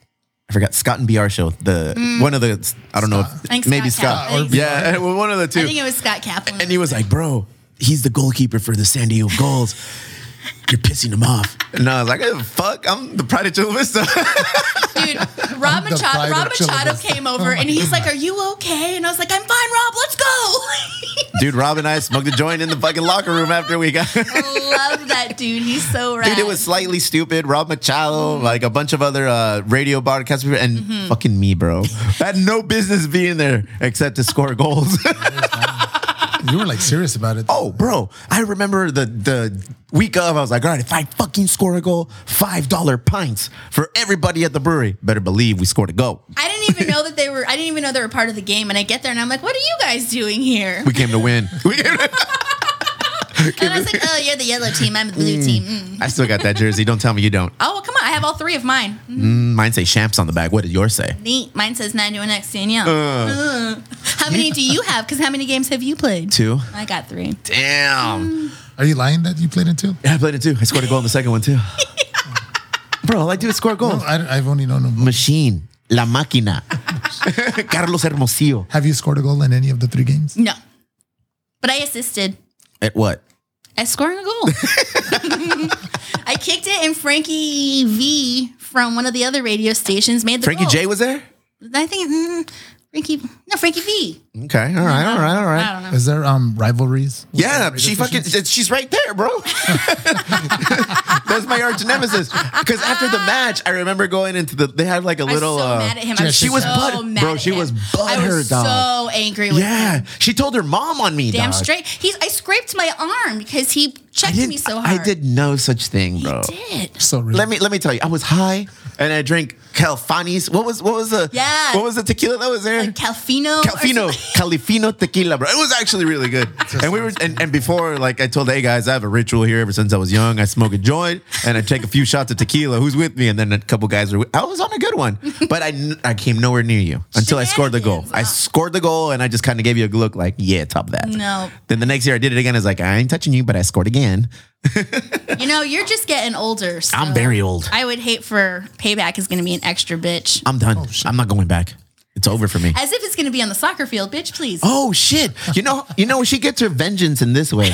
I forgot Scott and BR show. The one of the I don't know if
I think
maybe
Mm. Scott
Scott.
Kaplan. I think
yeah, well, one of the two.
I think it was Scott Kaplan.
and he was like, "Bro, he's the goalkeeper for the San Diego Goals. You're pissing him off." And I was like, eh, "Fuck, I'm the pride of Chula Vista."
Dude, Rob
The
Machado,
pride
Rob
of Chula
Machado
Vista.
Oh
came over and he's like, "Are you okay?" And I was like, "I'm fine, Rob. Let's go."
Dude, Rob and I smoked a joint in the fucking locker room after we got.
Love that dude. He's so rad.
Dude, it was slightly stupid. Rob Machado, like a bunch of other uh, radio broadcast people, and fucking me, bro. Had no business being there except to score goals.
You were like serious about it.
oh, bro, I remember the the week of. I was like, all right, if I fucking score a goal, five dollar pints for everybody at the brewery. Better believe we scored a goal.
I didn't even know that they were. I didn't even know they were part of the game. And I get there and I'm like, "What are you guys doing here?"
We came to win. We came to-
And I was like, "Oh, you're the yellow team. I'm the blue team." Mm.
I still got that jersey. Don't tell me you don't.
Oh, well, come on. I have all three of mine.
Mine say champs on the back. What did yours say?
Neat. Mine says 91X Danielle.
Uh.
Ugh. How many do you have? Because how many games have you played?
Two.
I got three.
Damn.
Are you lying that you played in two?
Yeah, I played it too. I scored a goal in the second one too. Bro, all I do is score
No,
goals.
I, I've only known him.
Machine, La Máquina, Carlos Hermosillo.
Have you scored a goal in any of the three games?
No. But I assisted
At Eh, what?
at scoring a goal. I kicked it, and Frankie V from one of the other radio stations made the
Frankie
goal.
J was there?
I think mm, Frankie. No, Frankie V.
Okay, all right, all right, all
I
right.
don't know.
Is there um rivalries?
Yeah, she fucking, she's right there, bro. That's my arch nemesis. Because after the match, I remember going into the, they had like a
I was
little.
so
uh,
mad at him. I
yeah,
was
she
so
was
butt-
mad
bro,
at
she
him.
was
I was
butthurt, dog.
so angry with
Yeah,
him.
she told her mom on me.
Damn
dog.
straight. He's. I scraped my arm because he
I
checked
did,
me so
I
hard.
did no such thing, bro.
Did.
So really?
Let me let me tell you, I was high and I drank Calfanis. What was what was the
Yeah.
what was the tequila that was there?
Like Calfino. or
Calfino,
something.
Califino tequila, bro. It was actually really good. and we were and, and before like I told hey guys, I have a ritual here ever since I was young. I smoke a joint and I take a few shots of tequila. Who's with me? And then a couple guys were I was on a good one. But I kn- I came nowhere near you until I scored the goal. I
Shenanigans, huh?
scored the goal and I just kind of gave you a look like, yeah, top that.
No.
Then the next year I did it again. I was like, I ain't touching you, but I scored again.
You know, you're just getting older. So
I'm very old.
I would hate for payback is going to be an extra bitch.
I'm done. I'm not going back. It's over for me.
As if it's going to be on the soccer field, bitch. Please.
Oh shit! You know, you know, she gets her vengeance in this way,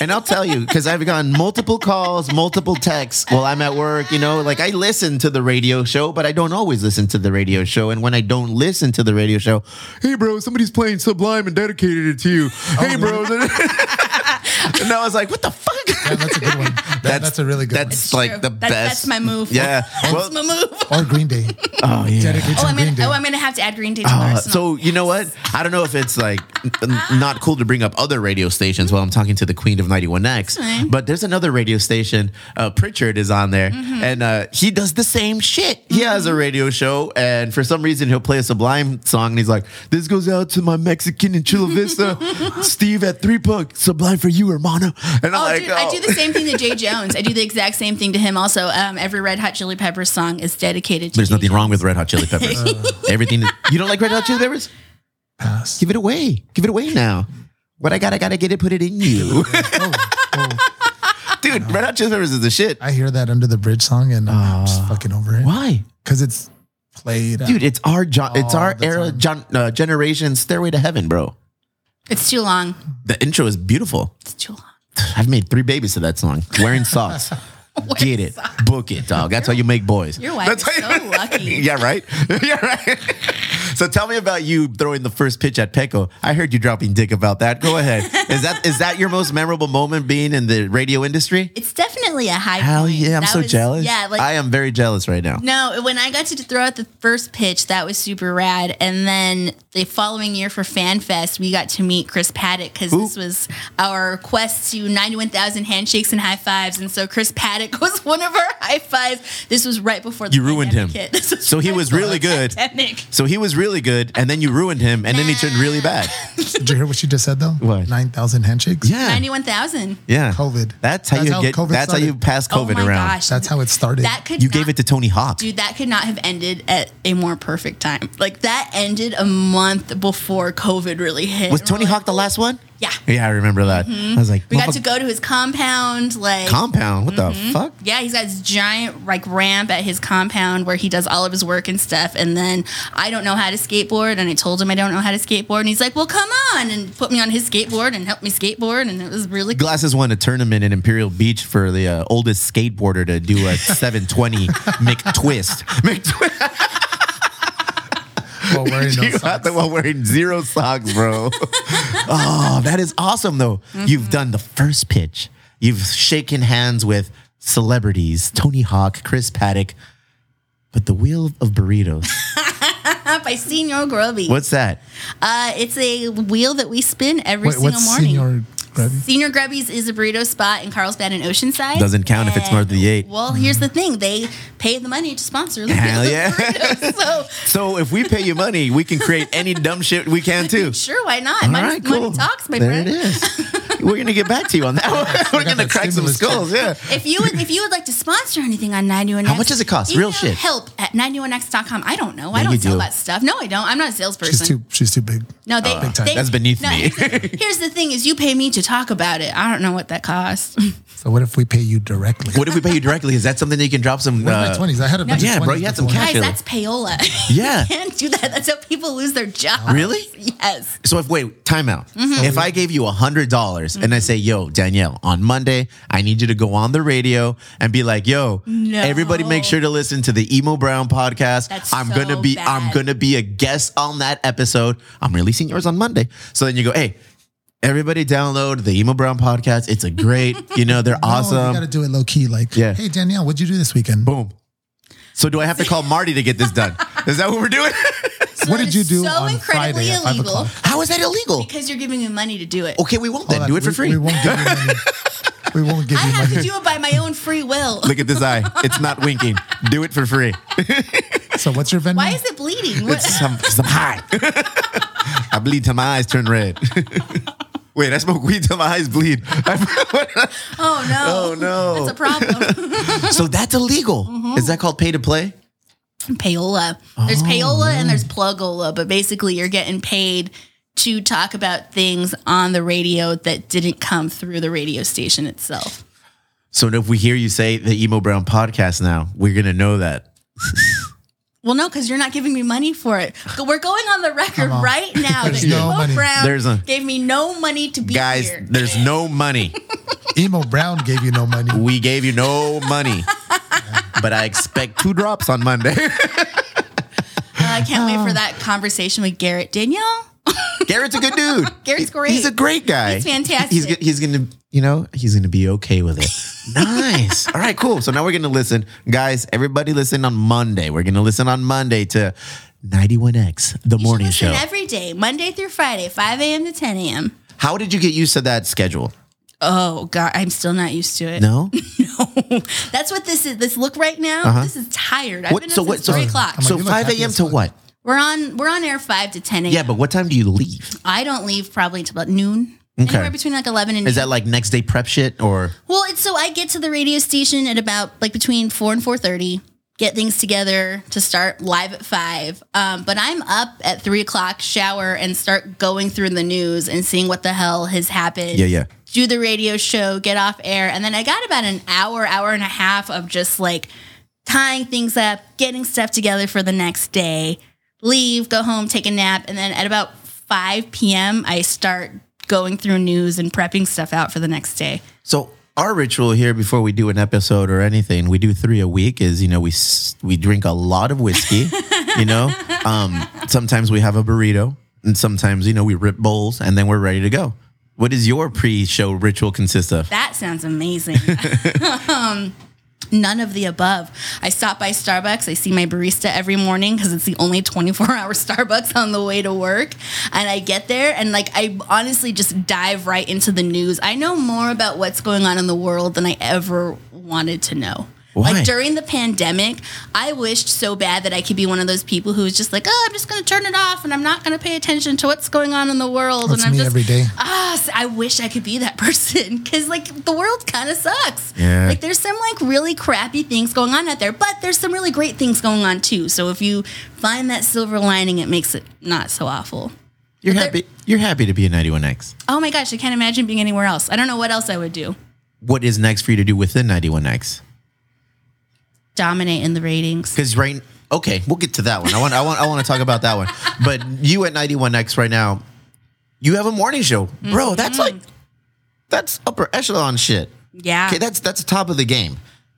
and I'll tell you because I've gotten multiple calls, multiple texts while I'm at work. You know, like I listen to the radio show, but I don't always listen to the radio show. And when I don't listen to the radio show, hey bro, somebody's playing Sublime and dedicated it to you.
Oh,
Hey bro, and I was like, what the fuck?
Yeah, that's a good one. That- that's, a really good
That's
It's
like
true.
the
That-
best.
That's my move.
Yeah.
That's
Well-
my move.
one. Or Green Day.
Oh yeah.
Dedicates
Oh,
on
I'm
Green
gonna,
Day.
oh, I'm gonna have to add Green Day to the
Uh, so
arsenal.
you know what? I don't know if it's like n- n- not cool to bring up other radio stations while I'm talking to the Queen of 91X, but there's another radio station. Uh, Pritchard is on there,
Mm-hmm.
and uh, he does the same shit. He has a radio show, and for some reason he'll play a Sublime song, and he's like, "This goes out to my Mexican in Chula Vista, Steve at Three Puck, Sublime for you, hermano." And
Oh,
I'm like,
dude, I do
"Oh."
the same thing to Jay Jones. I do the exact same thing to him. Also, um, every Red Hot Chili Peppers song is dedicated to.
There's
Jay
nothing wrong with Red Hot Chili Peppers. Everything you don't like Red Hot Chili Peppers?
Pass.
Give it away. Give it away now. What I got, I gotta get it, put it in you.
Oh, oh,
Dude, Red Hot Chili Peppers is the shit.
I hear that under the bridge song and I'm just fucking over it.
Why,
Because it's played.
dude? It's our jo- it's
All
our
the
era
time.
gen- uh, generation Stairway to Heaven, bro.
Jones. It's too long.
The intro is beautiful.
It's too long.
I've made three babies to that song. Wearing socks, get it, book it, dog. That's how you make boys.
Your wife
That's
is
how you-
so lucky.
yeah, right. yeah, right. so tell me about you throwing the first pitch at Pecco. I heard you dropping dick about that. Go ahead. Is that is that your most memorable moment being in the radio industry?
It's definitely a high.
Hell
point.
yeah, I'm
That
so
was-
jealous.
Yeah, like
I am very jealous right now.
No, when I got to throw out the first pitch, that was super rad. And then the following year for FanFest, we got to meet Chris Paddock because this was our quest to 91,000 handshakes and high fives. And so Chris Paddock was one of our high fives. This was right before the
You ruined
pandemic
him.
hit. This
So he
right
was
before
really
the
good.
pandemic.
So he was really good, and then you ruined him, and then he turned really bad.
Did you hear what she just said though?
What?
9,000 handshakes?
Yeah.
91,000.
Yeah.
COVID.
That's how
That's
you
how
get.
COVID
that's how you
started.
pass COVID
oh my
around.
gosh.
That's how it started.
that could
You
not-
gave it to Tony Hawk.
Dude, that could not have ended at a more perfect time. Like that ended a month before COVID really hit.
was
And we're
Tony
like,
Hawk the last one?
Yeah. Mm-hmm.
Yeah, I remember that. I was like,
We got to
"Motherfuck-
go to his compound. Like,
compound. What the fuck?
yeah, he's got this giant like ramp at his compound where he does all of his work and stuff. And then I don't know how to skateboard, and I told him I don't know how to skateboard, and he's like, "Well, come on," and put me on his skateboard and helped me skateboard, and it was really cool.
Glasses won a tournament in Imperial Beach for the uh, oldest skateboarder to do a 720 McTwist. McTwist.
While wearing no
you got
socks.
the one wearing zero socks, bro. oh, that is awesome, though. You've done the first pitch. You've shaken hands with celebrities, Tony Hawk, Chris Paddock. But the wheel of burritos,
up by Senor Grubby.
what's that?
Uh, it's a wheel that we spin every
Wait,
single
what's
morning.
senior Grubby?
Senior Grubby's is a burrito spot in Carlsbad and Oceanside.
Doesn't count if it's
And-
north of the eight.
Well, here's the thing: they pay the money to sponsor. the
Hell
burritos.
yeah.
so
so if we pay you money, we can create any dumb shit we can too.
sure, why not? money, money talks, my
there
friend.
it is. We're gonna get back to you on that one. We're
got
gonna
that
crack some
stimulus check.
skulls. Yeah.
If you would, if you would like to sponsor anything on 91X,
How much does it cost? Real
email
shit.
Help at 91X.com. I don't know. I
Yeah,
don't
you
sell
do.
that stuff. No, I don't. I'm not a
She's
salesperson.
too she's too big.
no, they,
big time.
they-
That's beneath me.
it's- Here's the thing: is you pay me to talk about it. I don't know what that costs. no,
So what if we pay you directly?
What if we pay you directly? Is that something that you can drop some?
What are my
uh,
twenties? I had a bunch
yeah,
of
bro,
20s
you had some
before.
cash.
guys,
Actually-
that's payola.
Yeah.
you can't do that. That's how people lose their jobs.
Really?
Yes.
So if wait, time out. If I gave you a hundred dollars and I say, "Yo, Danielle, on Monday, I need you to go on the radio and be like, "Yo, everybody, make sure to listen to the Emo Brown podcast.
That's
I'm
so
gonna be, I'm
bad.
gonna be a guest on that episode. I'm releasing yours on Monday. So then you go, hey. Everybody download the Emo Brown podcast. It's a great, you know, they're
No, you
awesome.
got to do it low key. Like,
Yeah.
hey Danielle, what'd you do this weekend?
Boom. So do I have to call Marty to get this done? Is that what we're doing?
what did you do
so
on
incredibly
Friday at five
illegal.
o'clock?
How is that illegal?
Because you're giving me money to do it.
Okay, we won't
Hold
then.
on,
Do it for
we-
free.
We won't give you money. we won't give
I
you
have
money.
to do it by my own free will.
Look at this eye. It's not winking. Do it for free.
so what's your venue?
Why is it bleeding? What-
It's some, some high. I bleed till my eyes turn red. Wait, I smoke weed till my eyes bleed.
oh no!
Oh, no. Mm-hmm.
That's a problem.
so that's illegal. Is that called pay to play?
payola.
Oh,
There's payola and there's plugola, but basically you're getting paid to talk about things on the radio that didn't come through the radio station itself.
So if we hear you say the Emo Brown podcast now, we're gonna know that.
Well, no, because you're not giving me money for it. Go- We're going on the record
on.
right now that
There's no
Emo
money.
Brown
There's a-
gave me no money to be
Guys,
here.
there's no money.
Emo Brown gave you no money.
We gave you no money. But I expect two drops on Monday.
Uh, I can't wait
Oh.
for that conversation with Garrett Danielle.
Garrett's a good dude.
Garrett's
He-
great.
He's a great guy.
He's fantastic.
He's g- he's gonna you know he's gonna be okay with it. nice. All right, cool. So now we're gonna listen, guys. Everybody listen on Monday. We're gonna listen on Monday to 91X, the
You should
morning show.
listen every day, Monday through Friday, 5 a.m. to 10 a.m.
How did you get used to that schedule?
Oh God, I'm still not used to it.
No. Uh-huh.
That's what this is. This look right now. This is tired. I've been
What? So
up
what?
since
So,
three o'clock.
so
you look
5
happy
a.m.
as
to
fuck.
what?
we're on we're on air five to ten a.m.
Yeah, but what time do you leave?
I don't leave probably until about noon. Anywhere between like eleven and
Is
noon.
that like next day prep shit or?
well, it's so I get to the radio station at about like between four and four thirty. Get things together to start live at five. Um, but I'm up at three o'clock, shower, and start going through the news and seeing what the hell has happened.
Yeah, yeah.
do the radio show, get off air, and then I got about an hour, hour and a half of just like tying things up, getting stuff together for the next day, leave, go home, take a nap, and then at about 5 p.m., I start going through news and prepping stuff out for the next day.
So our ritual here before we do an episode or anything, we do three a week. Is you know we s- we drink a lot of whiskey. you know, um, sometimes we have a burrito, and sometimes you know we rip bowls, and then we're ready to go. What does your pre-show ritual consist of?
That sounds amazing. Um, None of the above. I stop by Starbucks. I see my barista every morning because it's the only 24 hour Starbucks on the way to work. And I get there and, like, I honestly just dive right into the news. I know more about what's going on in the world than I ever wanted to know.
Why?
Like, during the pandemic, I wished so bad that I could be one of those people who is just like, oh, I'm just going to turn it off and I'm not going to pay attention to what's going on in the world.
That's
and I'm
me
just,
every day.
ah, s- I wish I could be that person because like the world kind of sucks.
Yeah.
Like there's some like really crappy things going on out there, but there's some really great things going on too. So if you find that silver lining, it makes it not so awful.
You're happy. You're happy to be a 91X.
Oh my gosh, I can't imagine being anywhere else. I don't know what else I would do.
What is next for you to do within 91X?
Dominate in the ratings.
Because right, okay, we'll get to that one. I want, I want, I want to talk about that one. But you at 91X right now, you have a morning show, bro. That's like, that's upper echelon shit.
Yeah.
Okay, that's that's top of the game.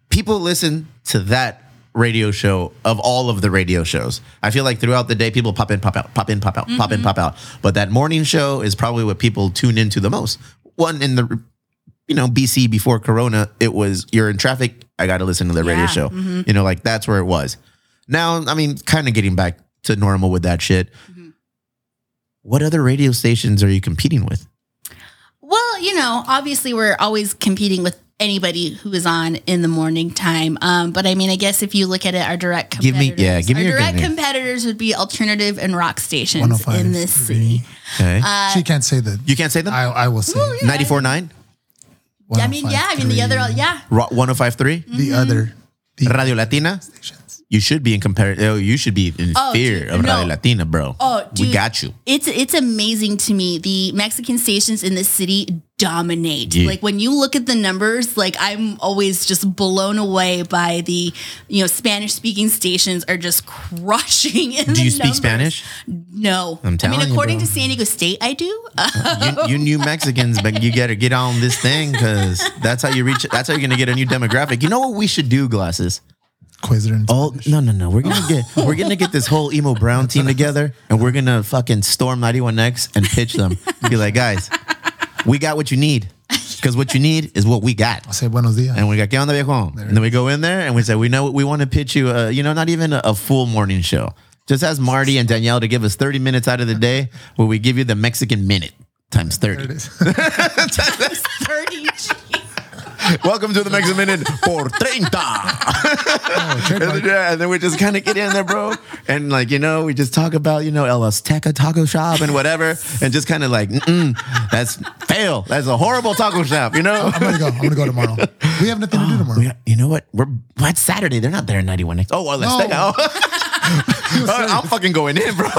People listen to that radio show of all of the radio shows. I feel like throughout the day, people pop in, pop out, pop in, pop out, pop in, pop out. But that morning show is probably what people tune into the most. One in the you know BC before Corona, it was you're in traffic. I got to listen to the radio
Yeah, Mm-hmm.
show. You know, like that's where it was. Now, I mean, kind of getting back to normal with that shit.
Mm-hmm.
What other radio stations are you competing with?
Well, you know, obviously we're always competing with anybody who is on in the morning time. Um, but I mean, I guess if you look at it, our direct
Give
competitors,
me- yeah, give me
our
your good
direct
name.
competitors would be alternative and rock stations
105.
in this city.
Okay,
Uh,
she can't say that.
you can't say them.
I, I will say. it.
Ninety four nine,
I
oh
mean, yeah, I mean the other,
105.3,
yeah, mm-hmm.
one zero five three.
The other. The
Radio Latina.
stations.
You should be in compar- oh, You should be in
Oh,
fear
dude,
of Radio
no.
Latina, bro.
Oh, dude.
we got you.
It's it's amazing to me. The Mexican stations in this city dominate.
Yeah.
Like when you look at the numbers, like I'm always just blown away by the you know Spanish speaking stations are just crushing. In
Do
the
you speak
numbers.
Spanish?
No,
I'm telling
I
you,
mean, according
bro.
to San Diego State, I do. Uh,
You, you new Mexicans, but you gotta get on this thing because that's how you reach. That's how you're gonna get a new demographic. You know what we should do, glasses?
Quizzer and
Oh no, no, no. We're gonna get we're gonna get this whole emo brown team together, and we're gonna fucking storm 91X and pitch them. Be like, guys, we got what you need because what you need is what we got.
I'll say buenos dias.
And we got, ¿qué onda viejo? And then we go in there and we say, we know we want to pitch you, uh, you know, not even a, a full morning show. Just ask Marty and Danielle to give us 30 minutes out of the day where we give you the Mexican minute times 30.
Thirty.
Welcome to the Mexican minute for 30.
Oh, trademark.
Yeah, and then we just kind of get in there, bro. And like, you know, we just talk about, you know, El Azteca taco shop and whatever. And just kind of like, mm that's fail. That's a horrible taco shop, you know?
I'm gonna go. I'm gonna go tomorrow. We have nothing to do tomorrow.
We got- you know what? We're that's Saturday. They're not there in 91 next. Oh, well, let's
No.
take out. I'm fucking going in, bro.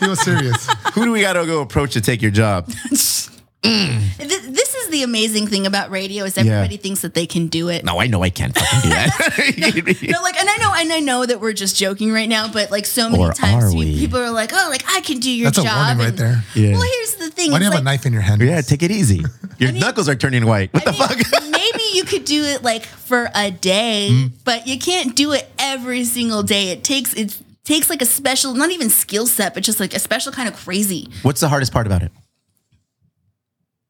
He was serious.
Who do we got to go approach to take your job?
Th- This is the amazing thing about radio is
Yeah.
everybody thinks that they can do it.
No, I know I can't fucking do that.
No, like, and I know, and I know that we're just joking right now, but like so many
Or are
times,
we?
we, people are like, "Oh, like I can do your
That's a
job."
warning right
and-
there.
Yeah.
Well, here's the thing.
Why do
it's
you have a
like-
knife in your hand?
yeah, take it easy. Your knuckles are turning white. What
I
the
mean,
fuck?
maybe you could do it like for a day,
Hmm?
but you can't do it every single day. It takes it takes like a special, not even skill set, but just like a special kind of crazy
What's the hardest part about it?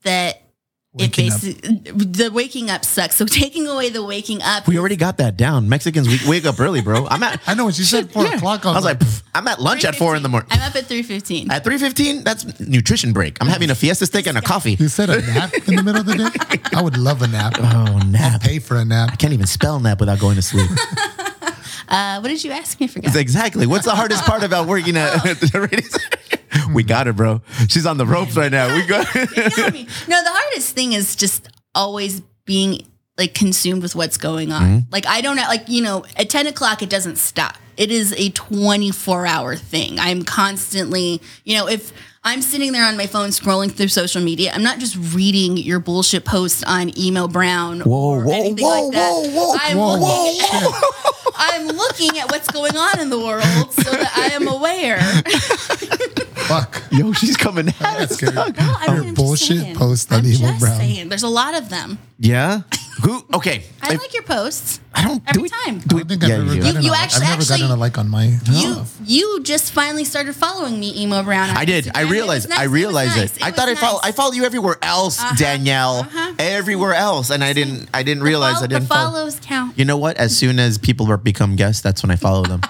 that
Waking
it
up.
basically the waking up sucks. So taking away the waking up,
We already got that down. Mexicans we wake up early, bro. I'm at.
I know what you said. Four o'clock.
I was like, "Pff, I'm at lunch at four in the morning.
3:15. I'm up at three fifteen.
At three fifteen, that's nutrition break. I'm having a fiesta steak and a coffee.
you said a nap in the middle of the day. I would love a nap.
Oh,
I'll
nap.
pay for a nap.
Can't even spell nap without going to sleep.
Uh, what did you ask me? I forgot.
It's Exactly. What's the hardest part about working at the radio station? We got her, bro. She's on the ropes right now. We got
You know me. No, the hardest thing is just always being like consumed with what's going on.
Mm-hmm.
Like I don't like you know at ten o'clock it doesn't stop. It is a twenty four hour thing. I'm constantly you know if I'm sitting there on my phone scrolling through social media, I'm not just reading your bullshit post on email Brown or
whoa,
anything
whoa,
like that.
whoa, whoa,
I'm
whoa,
looking
whoa,
at- I'm looking at what's going on in the world so that I am aware.
Fuck.
yo. She's coming at
That's
us.
scary.
No, I mean,
Your
I'm just
bullshit
saying.
post on
I'm
Emo
just
Brown.
saying. There's a lot of them.
Yeah. Who? Okay.
I
If-
like your posts.
I don't
every
do we-
time.
Do
I
we,
don't think
yeah,
I've ever
you do.
gotten
You
a like.
actually-
I've never gotten a
actually-
like on my.
You you just finally started following me, Emo Brown. on
I did.
Instagram.
I
It was
realized.
nice.
I
was
realized
nice.
it. I thought
was
I follow. I
nice.
follow you everywhere else, Danielle. Everywhere else, and I didn't. I didn't realize
Follow-
I didn't
the follows count.
You know what? As soon as people are, become guests, that's when I follow them.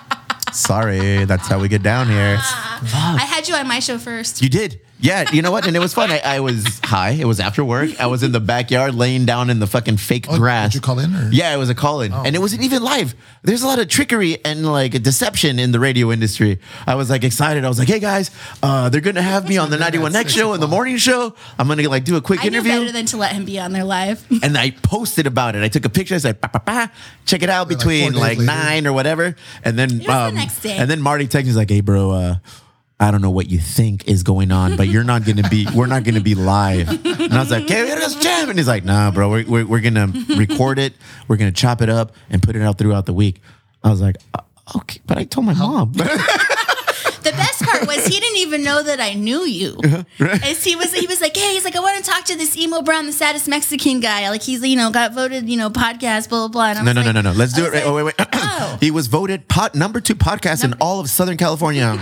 Sorry, that's how we get down here.
Ah. Uh, I had you on my show first.
You did. Yeah, you know what? And it was fun. I, I was high. It was after work. I was in the backyard laying down in the fucking fake
Oh,
grass.
did you call in or- Oh.
Yeah, it was a call in. And it wasn't even live. There's a lot of trickery and like deception in the radio industry. I was like excited. I was like, hey guys, uh, they're going to have me on the 91 Next
six
show and the morning show. I'm going to like do a quick
I knew
interview.
better than to let him be on there live.
and I posted about it. I took a picture. I said, "Pa, pa, pa. check it out
like, four
between
days
like,
later.
nine or whatever. And then
was the next day.
and then Marty texts me he's like, hey bro, uh, I don't know what you think is going on, but you're not gonna be, we're not gonna be live. And I was like, okay, let's jam. And he's like, nah, bro, we're, we're, we're gonna record it, we're gonna chop it up and put it out throughout the week. I was like, "Uh, okay, but I told my mom.
The best part was he didn't even know that I knew you. As he was, he was like, "Hey, he's like, I want to talk to this emo brown, the saddest Mexican guy. Like he's, you know, got voted, you know, podcast, blah blah blah." And I
No,
was
no, no,
like-
no, no. Let's do
I
it.
was
Right. Oh, wait,
like,
wait.
oh.
he was voted pot number two podcast in
Number-
all of Southern California.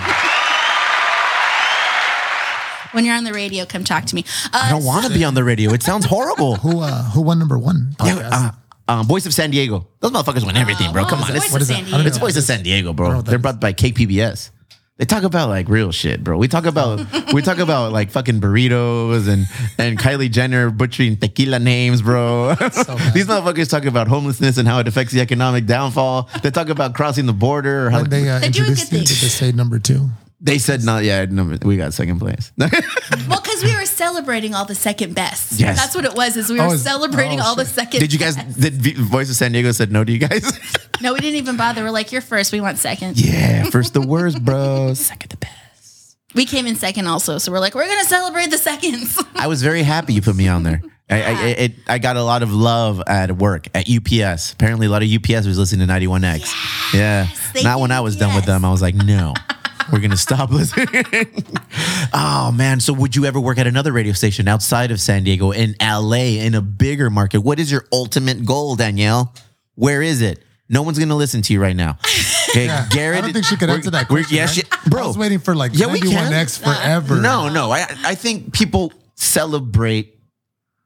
When you're on the radio, come talk to me. Uh,
I don't want to be on the radio. It sounds horrible.
Who uh, who won number one?
Yeah,
Podcast?
uh, um, Voice of San Diego. Those motherfuckers win everything, bro.
oh,
Come
it's
on. It's,
Voice of
is
San
that? I don't
it's
Diego.
Voice of San Diego,
know
bro.
what that
They're
is.
brought by KPBS. They talk about like real shit, bro. We talk about we talk about like fucking burritos and and Kylie Jenner butchering tequila names, bro. These motherfuckers talk about homelessness and how it affects the economic downfall. They talk about crossing the border or how
When they uh,
They're doing
introduced
good
you, did they
things.
say number two?
they said not yeah, no, we got second place.
Well, because we were celebrating all the second best.
Yes.
That's what it was. Is we were
Oh, is-
celebrating
oh,
all the
shit.
second.
Did you guys? Did V- Voice of San Diego said no to you guys?
No, we didn't even bother. We're like, you're first. We want second.
yeah, first the worst, bro. Second the best.
We came in second also, so we're like, we're gonna celebrate the seconds.
I was very happy you put me on there. I, I, it, I got a lot of love at work at UPS. Apparently, a lot of UPS was listening to 91X. yeah.
thank
Not
you,
when I was done with
UPS.
them. I was like, no, we're going to stop listening. oh, man. So, would you ever work at another radio station outside of San Diego in LA in a bigger market? What is your ultimate goal, Danielle? Where is it? No one's going to listen to you right now. Okay, Garrett.
I don't think she could
we're-
answer that
we're-
question.
yes,
right?
she- bro.
I was waiting for like
Yeah, we can. Uh,
91X forever.
No, no. I, I think people celebrate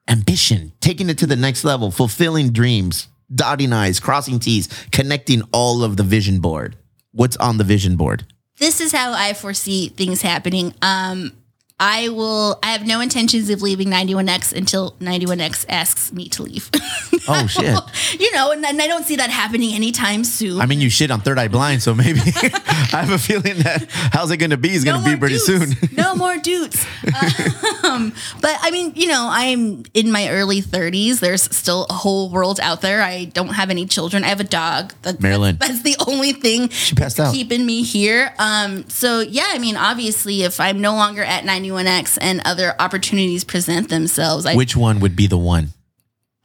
ambition, taking it to the next level, fulfilling dreams, dotting I's, crossing T's, connecting all of the vision board. What's on the vision board?
this is how I foresee things happening. Um, I will. I have no intentions of leaving 91X until 91X asks me to leave.
Oh, shit.
you know, and, and I don't see that happening anytime soon.
I mean, you shit on Third Eye Blind, so maybe I have a feeling that how's it going to be is going to be pretty soon.
dudes. no more dudes. Um, but I mean, you know, I'm in my early 30s. There's still a whole world out there. I don't have any children. I have a dog. That-
Marilyn.
That's the only thing she
passed out.
keeping me here. Um, so yeah, I mean, obviously, if I'm no longer at 91X and other opportunities present themselves, I
Which one would be the one?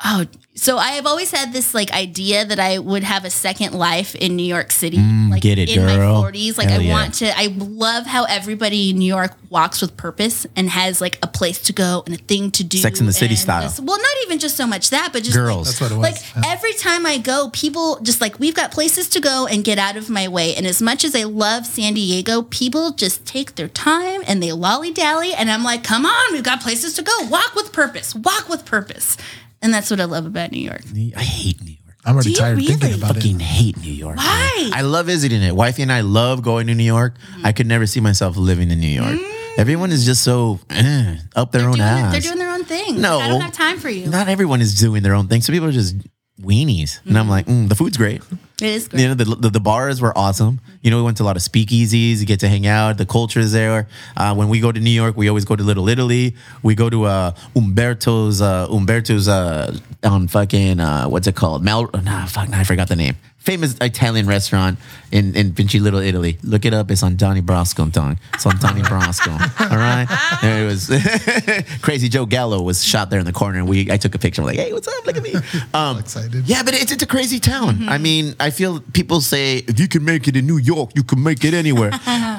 Oh, so I have always had this like idea that I would have a second life in New York City, like
Mm, get it,
in
girl.
my forties. Like
Hell
I
yeah.
want to. I love how everybody in New York walks with purpose and has like a place to go and a thing to do.
Sex and the City style.
this- well, not even just so much that, but just
Girls.
like-
That's
what it was.
Like
Yeah.
every time I go, people just like we've got places to go and get out of my way. And as much as I love San Diego, people just take their time and they lolly dally. And I'm like, come on, we've got places to go. Walk with purpose. Walk with purpose. And that's what I love about New York.
I hate New York.
I'm
Do
already
you
tired thinking
really
about it.
fucking hate New York. man.
Why? Mm-hmm.
I love visiting it. Wifey and I love going to New York. I could never see myself living in New York. Everyone is just so eh, up their own
Doing it-
ass.
Mm. they're doing their own thing.
No.
Like, I don't have time for you.
Not everyone is doing their own thing. So people are just weenies. And
Mm-hmm.
I'm like, mm, the food's great.
it is great.
You know, the, the, the bars were awesome. You know, we went to a lot of speakeasies. You get to hang out. The culture is there. Uh, when we go to New York, we always go to Little Italy. We go to uh, Umberto's, uh, Umberto's uh, on fucking, uh, what's it called? Mal, nah, fuck, nah, I forgot the name. Famous Italian restaurant in, in Vinci Little Italy. Look it up. It's on Donny Brasco. Tong. It's on Donny Brasco. All right. There it was. Crazy Joe Gallo was shot there in the corner. And we, I took a picture. I'm like, hey, what's up? Look at me. Um,
Excited.
yeah, but it's, it's a crazy town. I
Mm-hmm.
mean, I feel people say if you can make it in New York, you can make it anywhere.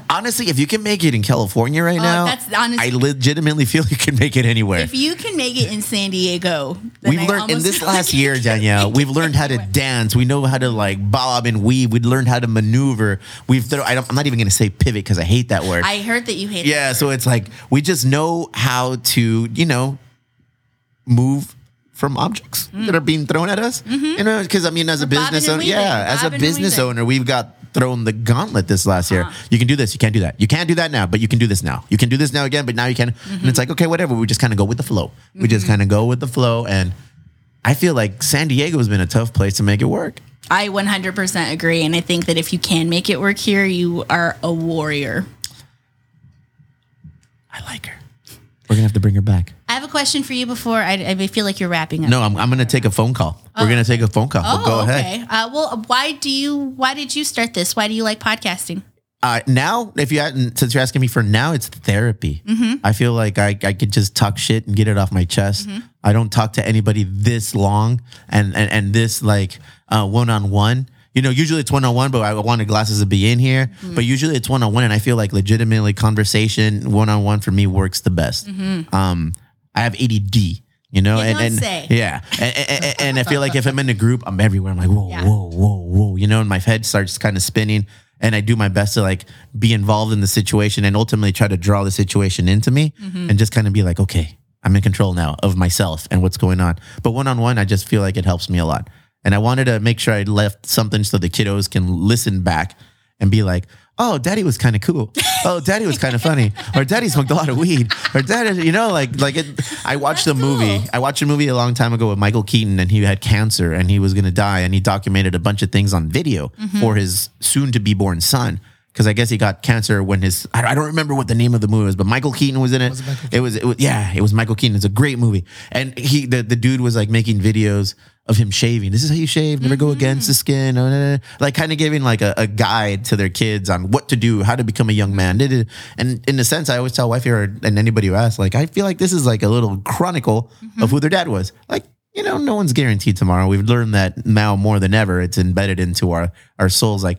honestly, if you can make it in California right now,
Oh, that's honest-
I legitimately feel you can make it anywhere.
If you can make it in San Diego, then
We've
I
learned in
almost
this
feel
last
like you
year,
can
Danielle.
make
We've
it
learned how to
anywhere.
dance. We know how to like bob and weave. We've learned how to maneuver. We've. Throw, I don't, I'm not even going to say pivot because I hate that word.
I heard that you hate.
Yeah,
it.
so it's like we just know how to, you know, move from objects that are being thrown at us. You know, because I mean, as a
Mm. Mm-hmm.
business
We're bobbing and
owner,
weaving,
yeah, as a
bobbing and
business
weaving. Uh-huh.
owner, we've got thrown the gauntlet this last year. You can do this, you can't do that. You can't do that now, but you can do this now. You can do this now again, but now you can. And
Mm-hmm.
it's like, okay, whatever. We just kind of go with the flow. We just kind of go with the flow. And I feel like San Diego has been a tough place to make it work.
I 100% agree. And I think that if you can make it work here, you are a warrior.
I like her. We're gonna have to bring her back.
I have a question for you before I, I feel like you're wrapping up.
No, I'm, I'm gonna take a phone call. We're gonna take a phone call.
Oh,
But go ahead.
okay. Uh, well, why do you? Why did you start this? Why do you like podcasting?
uh, now, if you hadn't, since you're asking me for now, it's therapy. I feel like I, I could just talk shit and get it off my chest. I don't talk to anybody this long and and, and this like one on one. You know, usually it's one on one, but I wanted glasses to be in here. But usually it's one on one, and I feel like legitimately conversation one on one for me works the best. Um, I have ADD, you know,
You
and,
don't
and
say.
yeah, and, and, and- and I feel like if I'm in a group, I'm everywhere. I'm like, whoa,
Yeah.
whoa, whoa, whoa, you know, and my head starts kind of spinning. And I do my best to like be involved in the situation and ultimately try to draw the situation into me and just kind of be like, okay, I'm in control now of myself and what's going on. But one on one, I just feel like it helps me a lot. And I wanted to make sure I left something so the kiddos can listen back and be like, oh, daddy was kind of cool. Oh, daddy was kind of funny. Or daddy smoked a lot of weed. Or daddy, you know, like, like it, I watched a
That's cool.
movie. I watched a movie a long time ago with Michael Keaton and he had cancer and he was going to die. And he documented a bunch of things on video
Mm-hmm.
for his soon to be born son. Cause I guess he got cancer when his, I I don't remember what the name of the movie was, but Michael Keaton was in it. it, was, it was, yeah, it was Michael Keaton. It's a great movie. And he, the, the dude was like making videos of him shaving. This is how you shave. Never go against the skin. uh, uh, uh. Like kind of giving like a, a guide to their kids on what to do, how to become a young man. Did it- And in a sense, I always tell wifey or and anybody who asks, like, I feel like this is like a little chronicle of who their dad was. Like, you know, no one's guaranteed tomorrow. We've learned that now more than ever. It's embedded into our our souls. Like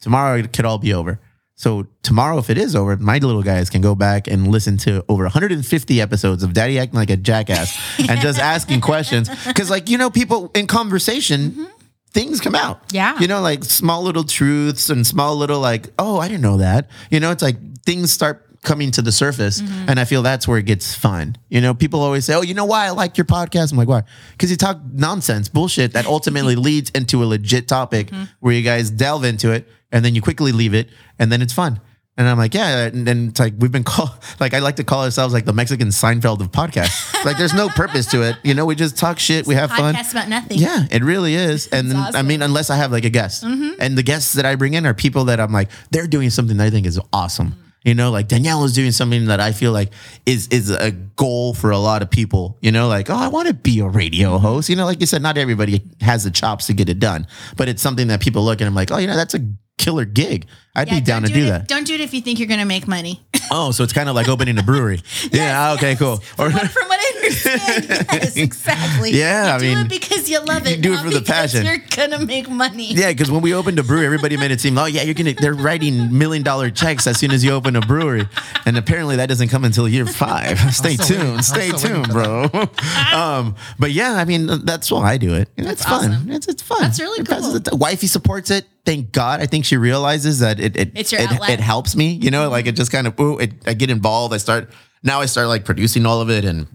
tomorrow it could all be over. So tomorrow, if it is over, my little guys can go back and listen to over 150 episodes of Daddy acting like a jackass and just asking questions. Because, like you know, people in conversation, things come out.
Yeah.
you know, like small little truths and small little like, oh, I didn't know that. You know, it's like things start coming to the surface, and I feel that's where it gets fun. You know, people always say, oh, you know why I like your podcast? I'm like, why? Because you talk nonsense, bullshit that ultimately leads into a legit topic where you guys delve into it and then you quickly leave it and then it's fun. And I'm like, yeah, and then it's like we've been called like I like to call ourselves like the Mexican Seinfeld of podcasts. like there's no purpose to it. You know, we just talk shit, we have fun.
Podcast about nothing.
Yeah, it really is. And then, I
awesome. Mm-hmm.
mean, unless I have like a guest, and the guests that I bring in are people that I'm like, they're doing something that I think is awesome.
Mm-hmm.
You know, like Danielle is doing something that I feel like is is a goal for a lot of people. You know, like oh, I want to be a radio host. You know, like you said, not everybody has the chops to get it done, but it's something that people look and I'm like, oh, you know, that's a killer gig. I'd be
Yeah,
down
don't
to do
it if-
that.
Don't do it if you think you're going to make money.
Oh, so it's kind of like opening a brewery. yeah. Okay. Cool. Or
But from what I understand, yes, exactly.
Yeah,
you
I
do
mean,
it because you love
you
it.
do it
not
for the
because
passion.
You're gonna make money.
Yeah, because when we opened a brewery, everybody made it seem, oh yeah, you're gonna they're writing million dollar checks as soon as you open a brewery, and apparently that doesn't come until year five. Stay
still waiting. I'm
tuned, stay
still waiting
tuned, bro. um, but yeah, I mean that's why I do it. And it's fun.
awesome.
It's it's fun.
That's really
It passes
cool.
the ti- Wifey supports it. Thank God. I think she realizes that it it
It's your
it,
outlet.
it helps me. You know, like it just kind of ooh, it, I get involved. I start now. I start like producing all of it and.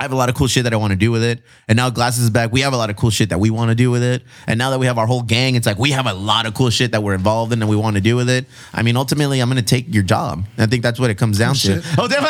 I have a lot of cool shit that I want to do with it. And now Glasses is back. We have a lot of cool shit that we want to do with it. And now that we have our whole gang, it's like we have a lot of cool shit that we're involved in and we want to do with it. I mean, ultimately, I'm going to take your job. I think that's what it comes down to.
shit.
Oh, damn.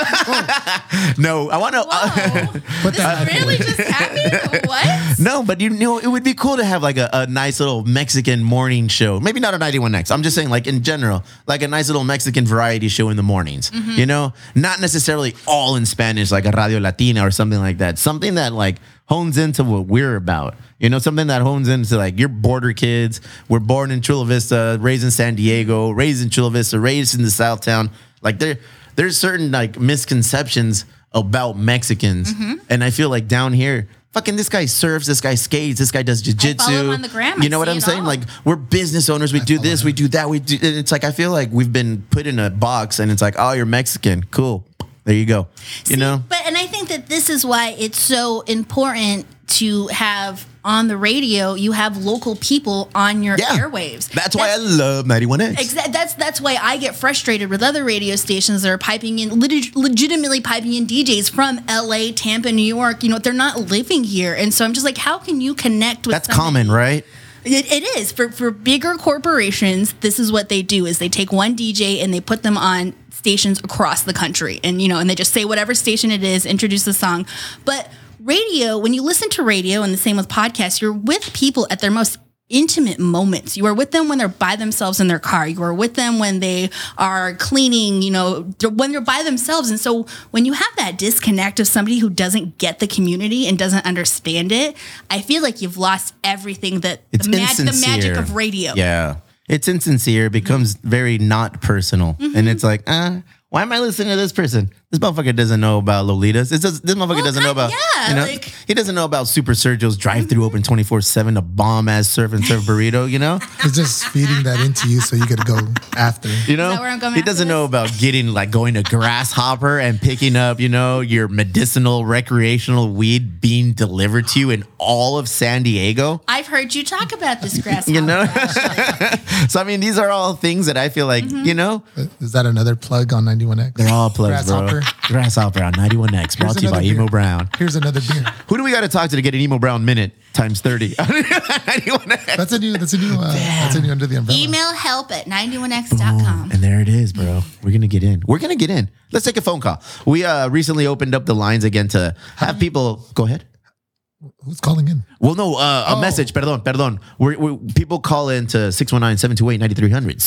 no, I uh, want to.
Whoa.
Put that
this
back
really
away.
just happened? What?
No, but you know, it would be cool to have like a, a nice little Mexican morning show. Maybe not a 91 Next. I'm just saying, like in general, like a nice little Mexican variety show in the mornings. You know, not necessarily all in Spanish, like a Radio Latina or something like that. Something that like hones into what we're about. You know, something that hones into like your border kids. We're born in Chula Vista, raised in San Diego, raised in Chula Vista, raised in the South Town. Like there, there's certain like misconceptions about Mexicans, and I feel like down here. Fucking this guy surfs, this guy skates, this guy does jujitsu.
follow him on the gram. I
You know what
see
I'm
it
saying?
all.
Like we're business owners. We do this, we do that, we do. And it's like I feel like we've been put in a box, and it's like, oh, you're Mexican, cool. There you go. You know,
But and I think that this is why it's so important to have on the radio. You have local people on your
yeah.
airwaves.
That's why I love 91X.
Exa- that's that's why I get frustrated with other radio stations that are piping in, lit- legitimately piping in DJs from L.A., Tampa, New York. You know, they're not living here, and so I'm just like, how can you connect with?
That's
somebody-
common, right?
It, it is for for bigger corporations. This is what they do: is they take one DJ and they put them on stations across the country, and you know, and they just say whatever station it is, introduce the song, but. Radio, when you listen to radio and the same with podcasts, you're with people at their most intimate moments. You are with them when they're by themselves in their car. You are with them when they are cleaning, you know, d- when they're by themselves. And so when you have that disconnect of somebody who doesn't get the community and doesn't understand it, I feel like you've lost everything that
It's
the, mag- the magic
insincere.
of radio.
Yeah. it's insincere, it becomes very not personal,
Mm-hmm.
and it's like, uh, why am I listening to this person? This motherfucker doesn't know about Lolitas. This, does, this motherfucker
Well,
doesn't know
kind-
about
Oh, yeah,
you know,
like-
he doesn't know about Super Sergio's drive-through open twenty four seven, a bomb ass surf and surf burrito. You know,
It's just feeding that into you so you could go after.
you know,
that where I'm going
he
after
doesn't
this?
know about getting like going to Grasshopper and picking up, you know, your medicinal recreational weed being delivered to you in all of San Diego.
I've heard you talk about this grasshopper.
You know?
actually.
So I mean, these are all things that I feel like
Mm-hmm.
you know
Is that another plug on 91X?
they're all plugs, bro.
Grasshopper.
Grasshopper on ninety one X, brought to you by
another
Emo
beer.
Brown.
Here's another beer.
Who do we got to talk to to get an Emo Brown minute times thirty? ninety one X.
That's a new. That's a new. Uh, that's a new under the umbrella.
Email help at 91x.com.
Oh, And there it is, bro. We're gonna get in. We're gonna get in. Let's take a phone call. We uh, recently opened up the lines again to have people go ahead.
Who's calling in?
Well, no, uh, a
Oh.
message. Perdón, perdón. We're, we people call in to 619-728-9300.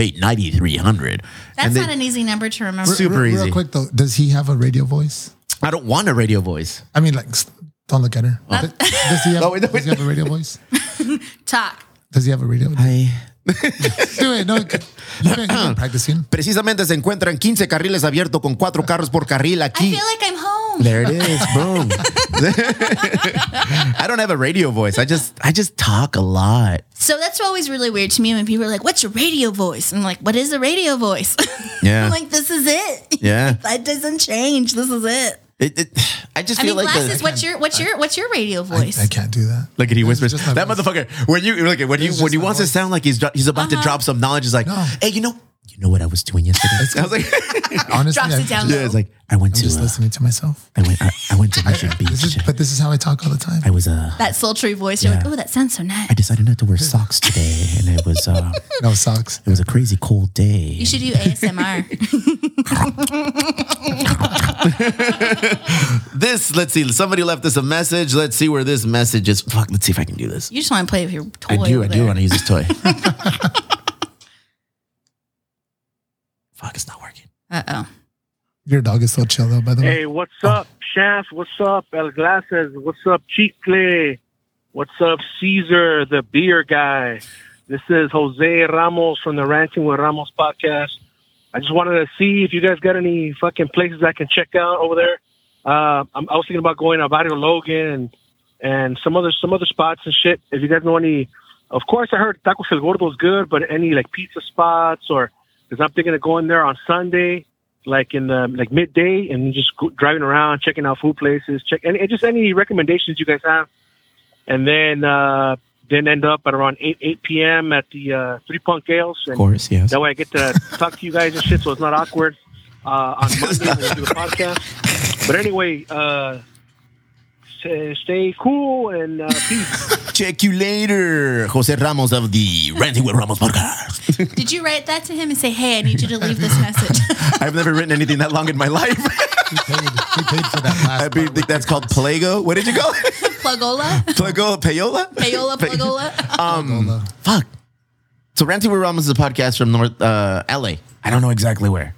619-728-9300.
That's
And they-
not an easy number to remember.
Super
real,
easy.
Real quick though, does he have a radio voice?
I don't want a radio voice.
I mean, like, s- don't look at her. Does, does he have,
No, wait, no,
does he
wait.
have a radio voice?
Talk.
Does he have a radio? voice? Do it. No, you've been, you've been practicing.
Precisamente se encuentran 15 carriles abiertos con cuatro carros por carril
I
aquí.
feel like I'm home.
There it is. Boom. I don't have a radio voice. I just I just talk a lot.
So that's always really weird to me when people are like, "What's your radio voice?" I'm like, "What is a radio voice?"
Yeah.
I'm like, "This is it.
Yeah.
that doesn't change. This is it."
It, it, I just
I
feel
mean,
like
glasses.
the,
what's your what's your what's your radio
I,
voice?
I can't do that.
Look at he
It's
whispers.
just my
That
voice.
motherfucker. When you look at when you
It's
when
just
he
my
wants
voice.
to sound like he's dro- he's about
Uh-huh.
to drop some knowledge, he's like,
No.
"Hey, you know, you know what I was doing yesterday." I was like,
Honestly,
Drops
I'm
it down
Just,
"Yeah." It's like I went
I'm
to
just
uh,
listening to myself.
I went I, I went to Mission
This is,
Beach.
but this is how I talk all the time.
I was uh
that sultry voice. You're
Yeah.
like, "Oh, that sounds so nice."
I decided not to wear socks today, and it was uh
No socks.
it was a crazy cold day.
You should do ASMR.
This let's see. Somebody left us a message. Let's see where this message is. Fuck. Let's see if I can do this.
you just want to play with your toy.
I do.
over
I do
there.
want to use this toy. Fuck. It's not working.
Uh oh.
Your dog is so chill though. By the way,
Hey, what's up, Chef? What's up, El Glaces? What's up, Chicle? What's up, Caesar, the beer guy? This is Jose Ramos from the Ranting with Ramos podcast. I just wanted to see if you guys got any fucking places I can check out over there. Uh, I'm, I was thinking about going to Barrio Logan and and some other some other spots and shit. If you guys know any, of course I heard Tacos El Gordo is good, but any like pizza spots or because I'm thinking of going there on Sunday like in the like midday and just go, driving around checking out food places check and, and just any recommendations you guys have and then uh then end up at around 8 8 p.m at the uh three punk ales
Of
and
course. Yes.
that way i get to talk to you guys and shit so it's not awkward uh on monday when we do the podcast but anyway uh stay, stay cool and uh peace
Check you later, Jose Ramos of the Ranting with Ramos podcast.
Did you write that to him and say, "Hey, I need you to leave this message"?
I've never written anything that long in my life.
he paid. He paid for that last.
I be-
part with
think that's called Plago. What did you call it?
Plugola,
Plago, payola?
payola, plugola.
Lola.
Fuck. So Ranting with Ramos is a podcast from North uh, LA. I don't know exactly where,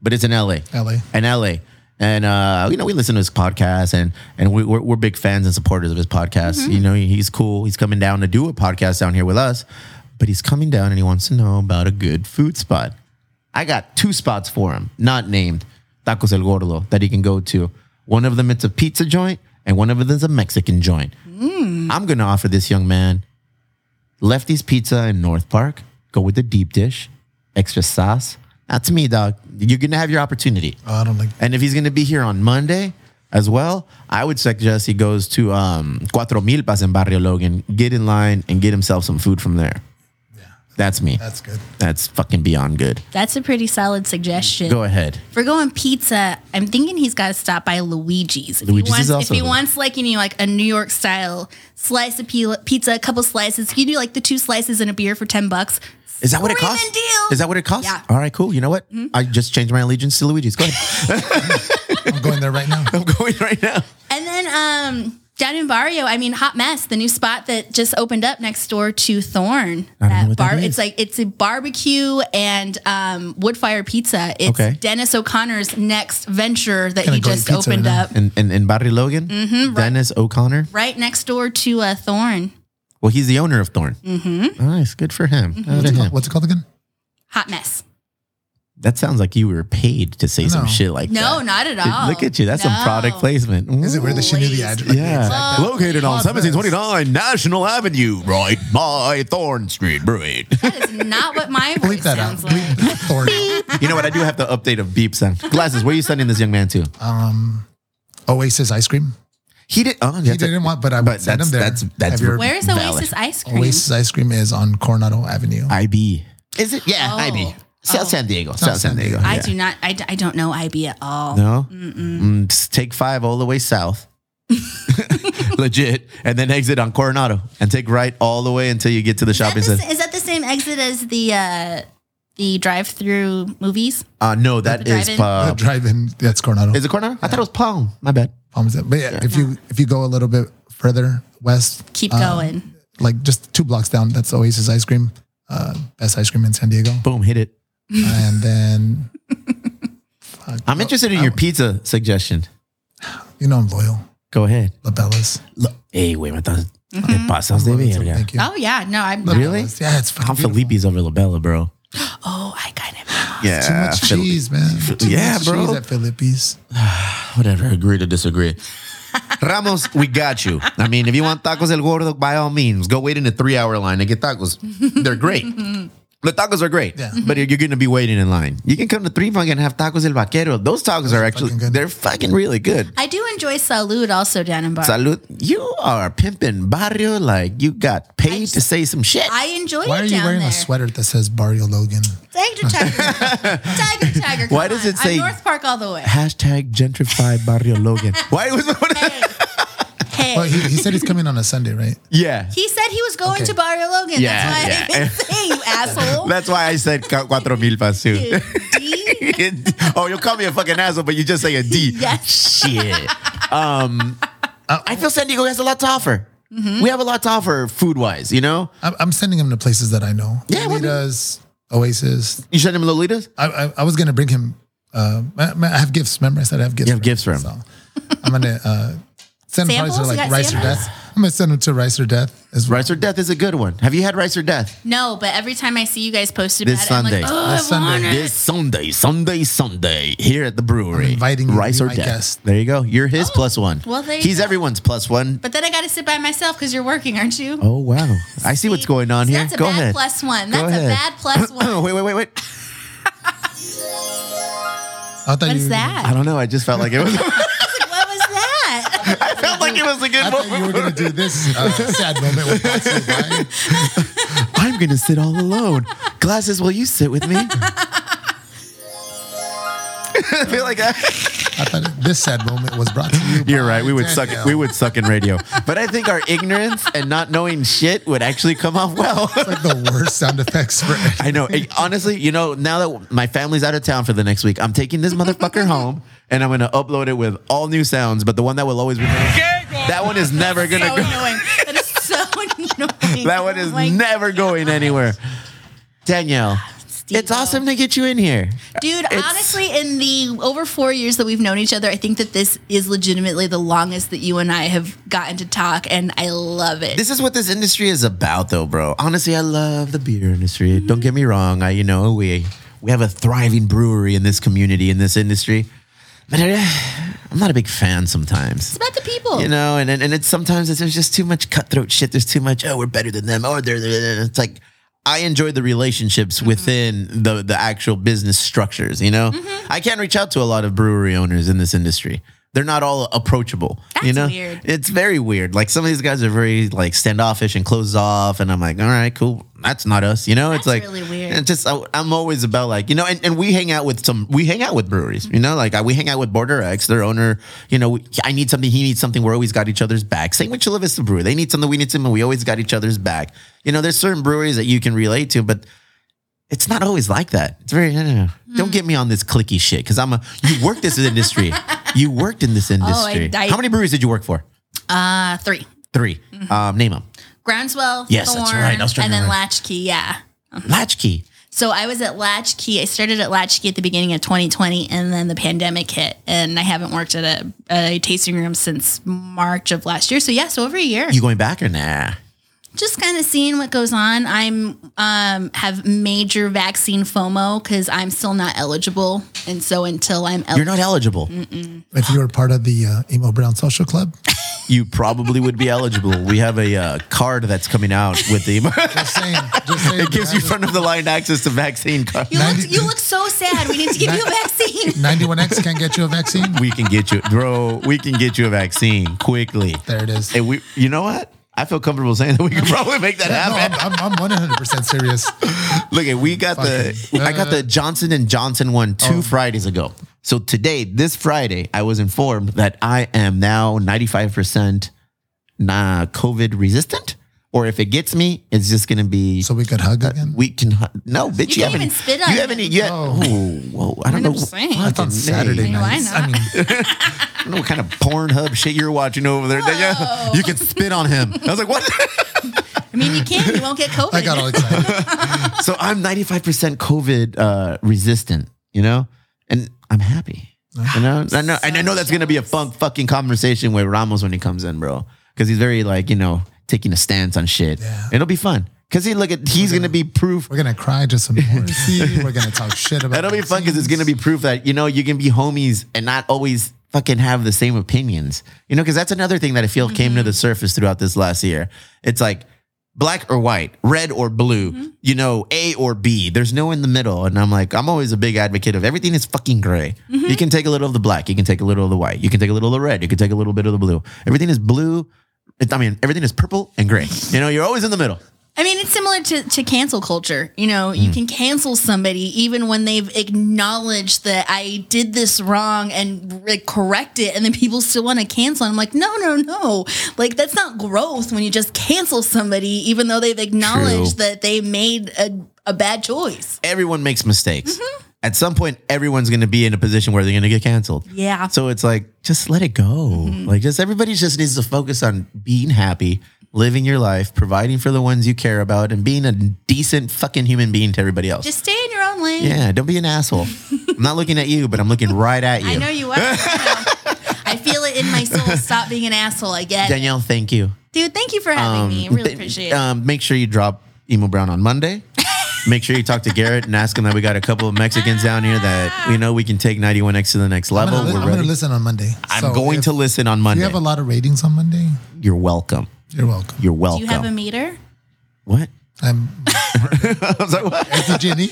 but it's in LA.
LA.
In LA. And uh, you know, we listen to his podcast, and and we, we're, we're big fans and supporters of his podcast. You know, he's cool. He's coming down to do a podcast down here with us, but he's coming down and he wants to know about a good food spot. I got two spots for him, not named Tacos El Gordo, that he can go to. One of them it's a pizza joint, and one of them is a Mexican joint. I'm gonna offer this young man Lefty's Pizza in North Park. Go with the deep dish, extra sauce. Not to me, dog. You're gonna have your opportunity.
Oh, I don't like.
And if he's gonna be here on Monday as well, I would suggest he goes to um, Cuatro Milpas in Barrio Logan, get in line and get himself some food from there. That's me.
That's good.
That's fucking beyond good.
That's a pretty solid suggestion.
Go ahead.
If we're going pizza, I'm thinking he's got to stop by Luigi's. If
Luigi's
he wants,
is also
if he
good.
wants like you know like a New York style slice of pe- pizza, a couple slices. You do like the two slices and a beer for ten bucks.
Is that what it
Screaming
costs?
deal.
Is that what it costs?
Yeah. Mm-hmm.
All right, cool. You know what? I just changed my allegiance to Luigi's. Go ahead.
I'm going there right now.
I'm going right now.
And then um, down in Barrio, I mean, Hot Mess, the new spot that just opened up next door to Thorn.
I don't know what that is.
It's like it's a barbecue and um, wood fire pizza. It's
Okay.
Dennis O'Connor's next venture that
Kinda
he
going
just
pizza
opened
right now.
up, Mm-hmm,
In in, in Barrio Logan, Dennis O'Connor.
right next door to uh, Thorn.
Well, he's the owner of Thorn. Mm-hmm. Nice. Good for him.
Mm-hmm.
Good for him.
What's it called again?
Hot mess.
That sounds like you were paid to say some
No.
shit like
No,
that.
not at all.
Look at you. That's some
No.
product placement.
Is it where the she knew the address?
Yeah.
exact-
Located on
Hot mess.
1729 National Avenue, right by Thorn Street Brewery.
That is not what my
Bleep
voice
that out.
sounds like.
Bleep Thorn.
you know what? I do have to update a beep sound. Glasses, where are you sending this young man to?
Um, Oasis ice cream.
He did. Oh,
He didn't want, but I would send him
that's,
there.
that's that's
Have your-
Where is
valid.
Oasis ice cream?
Oasis ice cream is on Coronado Avenue.
IB. Is it? Yeah,
Oh.
IB. South
Oh.
San Diego. South San
San
Diego.
I
yeah.
do not. I, d- I don't know IB at all.
No. Mm, just take five all the way south. Legit, and then exit on Coronado and take right all the way until you get to the
Is, that
shopping
the,
center.
sa- is that the same exit as the uh, the drive-through movies?
Uh, no, that
the
is
drive-in?
The
uh,
drive-in. That's Coronado.
is it Coronado? I thought it was Palm. My bad.
Palms up. But yeah, if you if you go a little bit further west,
Keep
uh,
going.
like just two blocks down, that's Oasis ice cream, uh, best ice cream in San Diego.
Boom, hit it.
and then
I'm interested in your pizza suggestion.
you know I'm loyal,
Go ahead.
Labellas.
Look, hey, wait, matas,
Mm-hmm.
te pasas de
Loyal to-
verga.
Thank you.
Oh yeah, no, I'm not.
Really?
Yeah, it's fucking
I'm Felipe's over Labella, bro.
Oh, I kind of.
Yeah,
Too much
Felipe.
cheese, man. Too
Yeah,
much
bro.
Cheese at Philippi's.
Whatever, agree to disagree. Ramos, we got you. I mean, if you want tacos el gordo, by all means, go wait in the three hour line and get tacos. They're great. The tacos are great,
Yeah.
but you're going to be waiting in line. You can come to three funk and have tacos el vaquero. Those tacos are actually,
fucking good.
they're fucking really good.
I do enjoy Salud also down in bar.
Salud, you are pimping barrio like you got paid to say some shit.
I enjoy
Why
it
are you
down
wearing
there.
a sweater that says Barrio Logan?
Tiger, tiger, tiger, tiger.
Why
come
does
on.
it say-
I'm North Park all the way?
Hashtag gentrify barrio Logan. Why was
Hey, hey.
Well, he, he said he's coming on a Sunday, right?
Yeah.
He said he was going
Okay.
to Barrio Logan.
Yeah,
That's why
yeah.
I didn't say you asshole.
That's why I said ca- cuatro mil pasu.
D.
oh, you'll call me a fucking asshole, but you just say a D.
Yes.
Shit. Um, I feel San Diego has a lot to offer.
Mm-hmm.
We have a lot to offer food wise, you know?
I'm, I'm sending him to places that I know.
Yeah, what do you-
Lolitas, Oasis.
You send him Lolitas?
I, I, I was gonna bring him. Uh, I, I have gifts. Remember, I said I have gifts.
You have gifts for him.
So I'm gonna uh, send him
Samples?
probably
You
to
got
like Rice or
samples?
Death. I'm gonna send him to Rice or Death as well.
Rice or Death is a good one. Have you had Rice or Death?
No, but every time I see you guys posted
This
about
Sunday.
it, I'm like, oh,
This
I
Sunday.
want it.
This Sunday, Sunday, Sunday, here at the brewery.
I'm inviting you to
Rice
be
or
my
Death.
guest.
There you go. You're his plus one.
Oh, well, there you
He's
go.
everyone's plus one.
But then I got to sit by myself because you're working, aren't you?
Oh, wow. I see what's going on
So
here.
That's a
go
bad
ahead.
plus
Go
one. That's a
ahead.
bad plus one.
wait, wait, wait, wait.
I thought
What is
you,
I
that?
don't know. I just felt like it was.
What was that?
I felt like it was a
I
good
thought you were gonna do this uh, sad moment with Paxi, right?
I'm gonna sit all alone. Glasses, will you sit with me? I feel like I,
I thought this sad moment was brought to you.
you're
by
right. We would suck.
Danielle.
We would suck in radio. But I think our ignorance and not knowing shit would actually come off well.
Like the worst sound effects for it.
I know. Hey, honestly, you know, now that my family's out of town for the next week, I'm taking this motherfucker home and I'm gonna upload it with all new sounds. But the one that will always be that one is never gonna
so
go.
annoying. That is so annoying.
That one
Oh
is
my
never going anywhere. Danielle, it's
Steve-o.
awesome to get you in here.
Dude,
It's-
honestly, in the over four years that we've known each other, I think that this is legitimately the longest that you and I have gotten to talk, and I love it.
This is what this industry is about, though, bro. Honestly, I love the beer industry. Don't get me wrong. I, you know, we we have a thriving brewery in this community in this industry, but I, I'm not a big fan sometimes.
it's about the people.
You know, and and and it's sometimes it's, there's just too much cutthroat shit. There's too much. Oh, we're better than them. Oh, they're, they're they're-" it's like. I enjoy the relationships
Mm-hmm.
within the the actual business structures. You know,
Mm-hmm.
I can't reach out to a lot of brewery owners in this industry. They're not all approachable. you
That's
know,
weird.
it's very weird. Like some of these guys are very like standoffish and closed off, and I'm like, all right, cool. That's not us. You know, it's like
That's really weird.
It's just I, I'm always about like you know, and, and we hang out with some we hang out with breweries. You know, like I, we hang out with Border X, their owner. You know, we, I need something, he needs something. We're always got each other's back. Same with Chula Vista Brewery, they need something, we need something. We always got each other's back. You know, there's certain breweries that you can relate to, but it's not always like that. It's very, I don't know.
Hmm.
Don't get me on this clicky shit because I'm a, you worked this industry. You worked in this industry.
Oh, I-
How many breweries did you work for?
Uh, three.
3
Mm-hmm.
Um, name them.
Groundswell,
Yes, that's
Thorn,
right. Australian
and then
Red.
Latchkey, yeah.
Latchkey.
So I was at Latchkey. I started at Latchkey at the beginning of 2020, and then the pandemic hit, and I haven't worked at a, a tasting room since March of last year. So yeah, so over a year.
You going back or nah?
just kind of seeing what goes on. I'm um, have major vaccine FOMO because I'm still not eligible, and so until I'm eligible,
You're not
Mm-hmm.
eligible.
If you were part of the uh, Emo Brown Social Club,
You probably would be eligible. We have a uh, card that's coming out with the.
just saying, just saying.
it gives you front of the line access to vaccine card.
you look
Ninety-
you look so sad. We need to give you a vaccine.
91X can't get you a vaccine.
We can get you, bro. We can get you a vaccine quickly.
There it is.
And we, you know what? I feel comfortable saying that we can probably make that
No,
happen.
I'm, I'm, I'm 100% serious.
Look, at we got the
Fucking- uh, oh.
I got the Johnson and Johnson one two Fridays ago. So today, this Friday, I was informed that I am now 95% nah, COVID resistant. Or if it gets me, it's just gonna be
So we could hug again?
we can hu- no bitch. You,
can't
haven't
even spit
you
on
haven't
it.
yet.
Oh.
Oh, whoa! I don't know.
I'm saying.
fucking
That's on Saturday
name.
Why
nights. I
not?
mean,
I don't know what kind of Pornhub shit you're watching over there.
Whoa.
You can spit on him. I was like, what?
I mean, you can. You won't get COVID.
I got all excited.
so I'm 95% COVID uh, resistant, you know, and I'm happy. You know, I know, and I know that's gonna be a fun fucking conversation with Ramos when he comes in, bro, because he's very like you know taking a stance on shit.
Yeah.
It'll be fun because he look at he's gonna, be proof.
We're going to cry just some more. See, we're going to talk shit about
That'll be fun because it's gonna be proof that you know you can be homies and not always fucking have the same opinions. You know, because that's another thing that I feel came to the surface throughout this last year. It's like black or white, red or blue, you know, A or B. There's no in the middle. And I'm like, I'm always a big advocate of everything is fucking gray. You can take a little of the black, you can take a little of the white, you can take a little of the red, you can take a little bit of the blue. Everything is blue. It, I mean, everything is purple and gray. You know, you're always in the middle.
I mean, it's similar to, to cancel culture. You know,
Hmm.
you can cancel somebody even when they've acknowledged that I did this wrong and like, correct it, and then people still want to cancel. And I'm like, no, no, no. Like, that's not growth when you just cancel somebody, even though they've acknowledged
True.
that they made a, a bad choice.
Everyone makes mistakes.
Mm-hmm.
At some point, everyone's going to be in a position where they're going to get canceled.
Yeah. Mm-hmm.
So it's like, just let it go. Like, just everybody just needs to focus on being happy, living your life, providing for the ones you care about, and being a decent fucking human being to everybody else.
Just stay in your own lane.
yeah, don't be an asshole. I'm not looking at you, but I'm looking right at you.
I know you are. I know. I feel it in my soul. Stop being an asshole. I get it.
Danielle, thank you.
Dude, thank you for having me. Really
th-
appreciate it.
um, Make sure you drop Emo Brown on Monday. Make sure you talk to Garrett and ask him that we got a couple of Mexicans down here that we know we can take 91X to the next
I'm
level.
gonna
We're
li- I'm going to
ready.
listen on Monday.
I'm
So
going
if
to listen on
You
Monday.
have a lot of ratings on Monday.
You're welcome.
You're welcome.
You're
Do
welcome.
you have a meter?
what?
I'm
I was like, what?
it's a Jenny.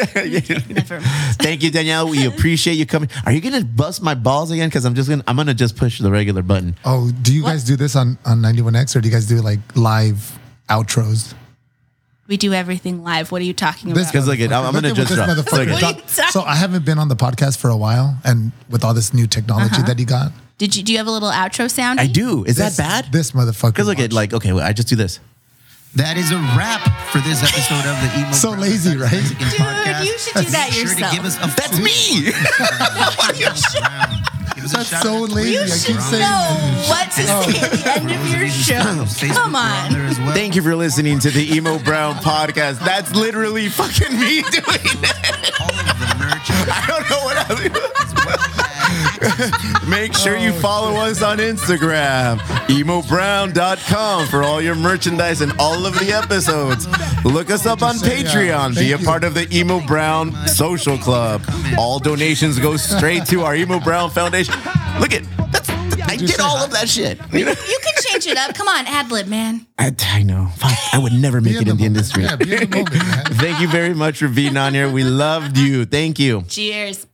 Never mind.
Thank you, Danielle. We appreciate you coming. Are you gonna bust my balls again? Because I'm just gonna I'm gonna just push the regular button.
Oh, do you guys do this on on 91X or do you guys do like live outros?
We do everything live. What are you talking
This
about?
Because look at I'm, I'm
Look
gonna
at what
just drop.
this motherfucker
Look at-
What are you talking-
dropped. So I haven't been on the podcast for a while, and with all this new technology that he got,
Did you do you have a little outro sound?
I do. Uh-huh. Is
this,
that bad?
This motherfucker.
Because look at
watched.
like okay, well, I just do this.
That is a wrap for this episode of the Emo
So
Brothers
lazy,
Sex
right?
Mexicans
Dude,
podcast.
you should do that
Make Sure
yourself.
to give us a
That's
follow.
me.
Give us a
That's
shout
so
out to
lazy.
Twitter.
I
You
keep
should
saying-
know what to say at the end of your show.
Oh. Facebook,
Come
we're on there
on.
as well.
Thank you for listening to the Emo Brown podcast. That's literally fucking me doing it.
All of the merch
I don't know what else. Make sure you follow us on Instagram, emobrown.com for all your merchandise and all of the episodes. Look us up on
Say, uh,
Patreon. Be
thank
a
you.
part of the Emo Brown Social Club. All donations go straight to our Emo Brown Foundation. Look at that's I did all of that shit. You know?
You can change it up. Come on, ad lib, man.
I, I know. Fuck, I would never
Be
make it in the
moment.
industry.
Yeah, be in the moment, man.
Thank you very much for being on here. We loved you. Thank you.
Cheers.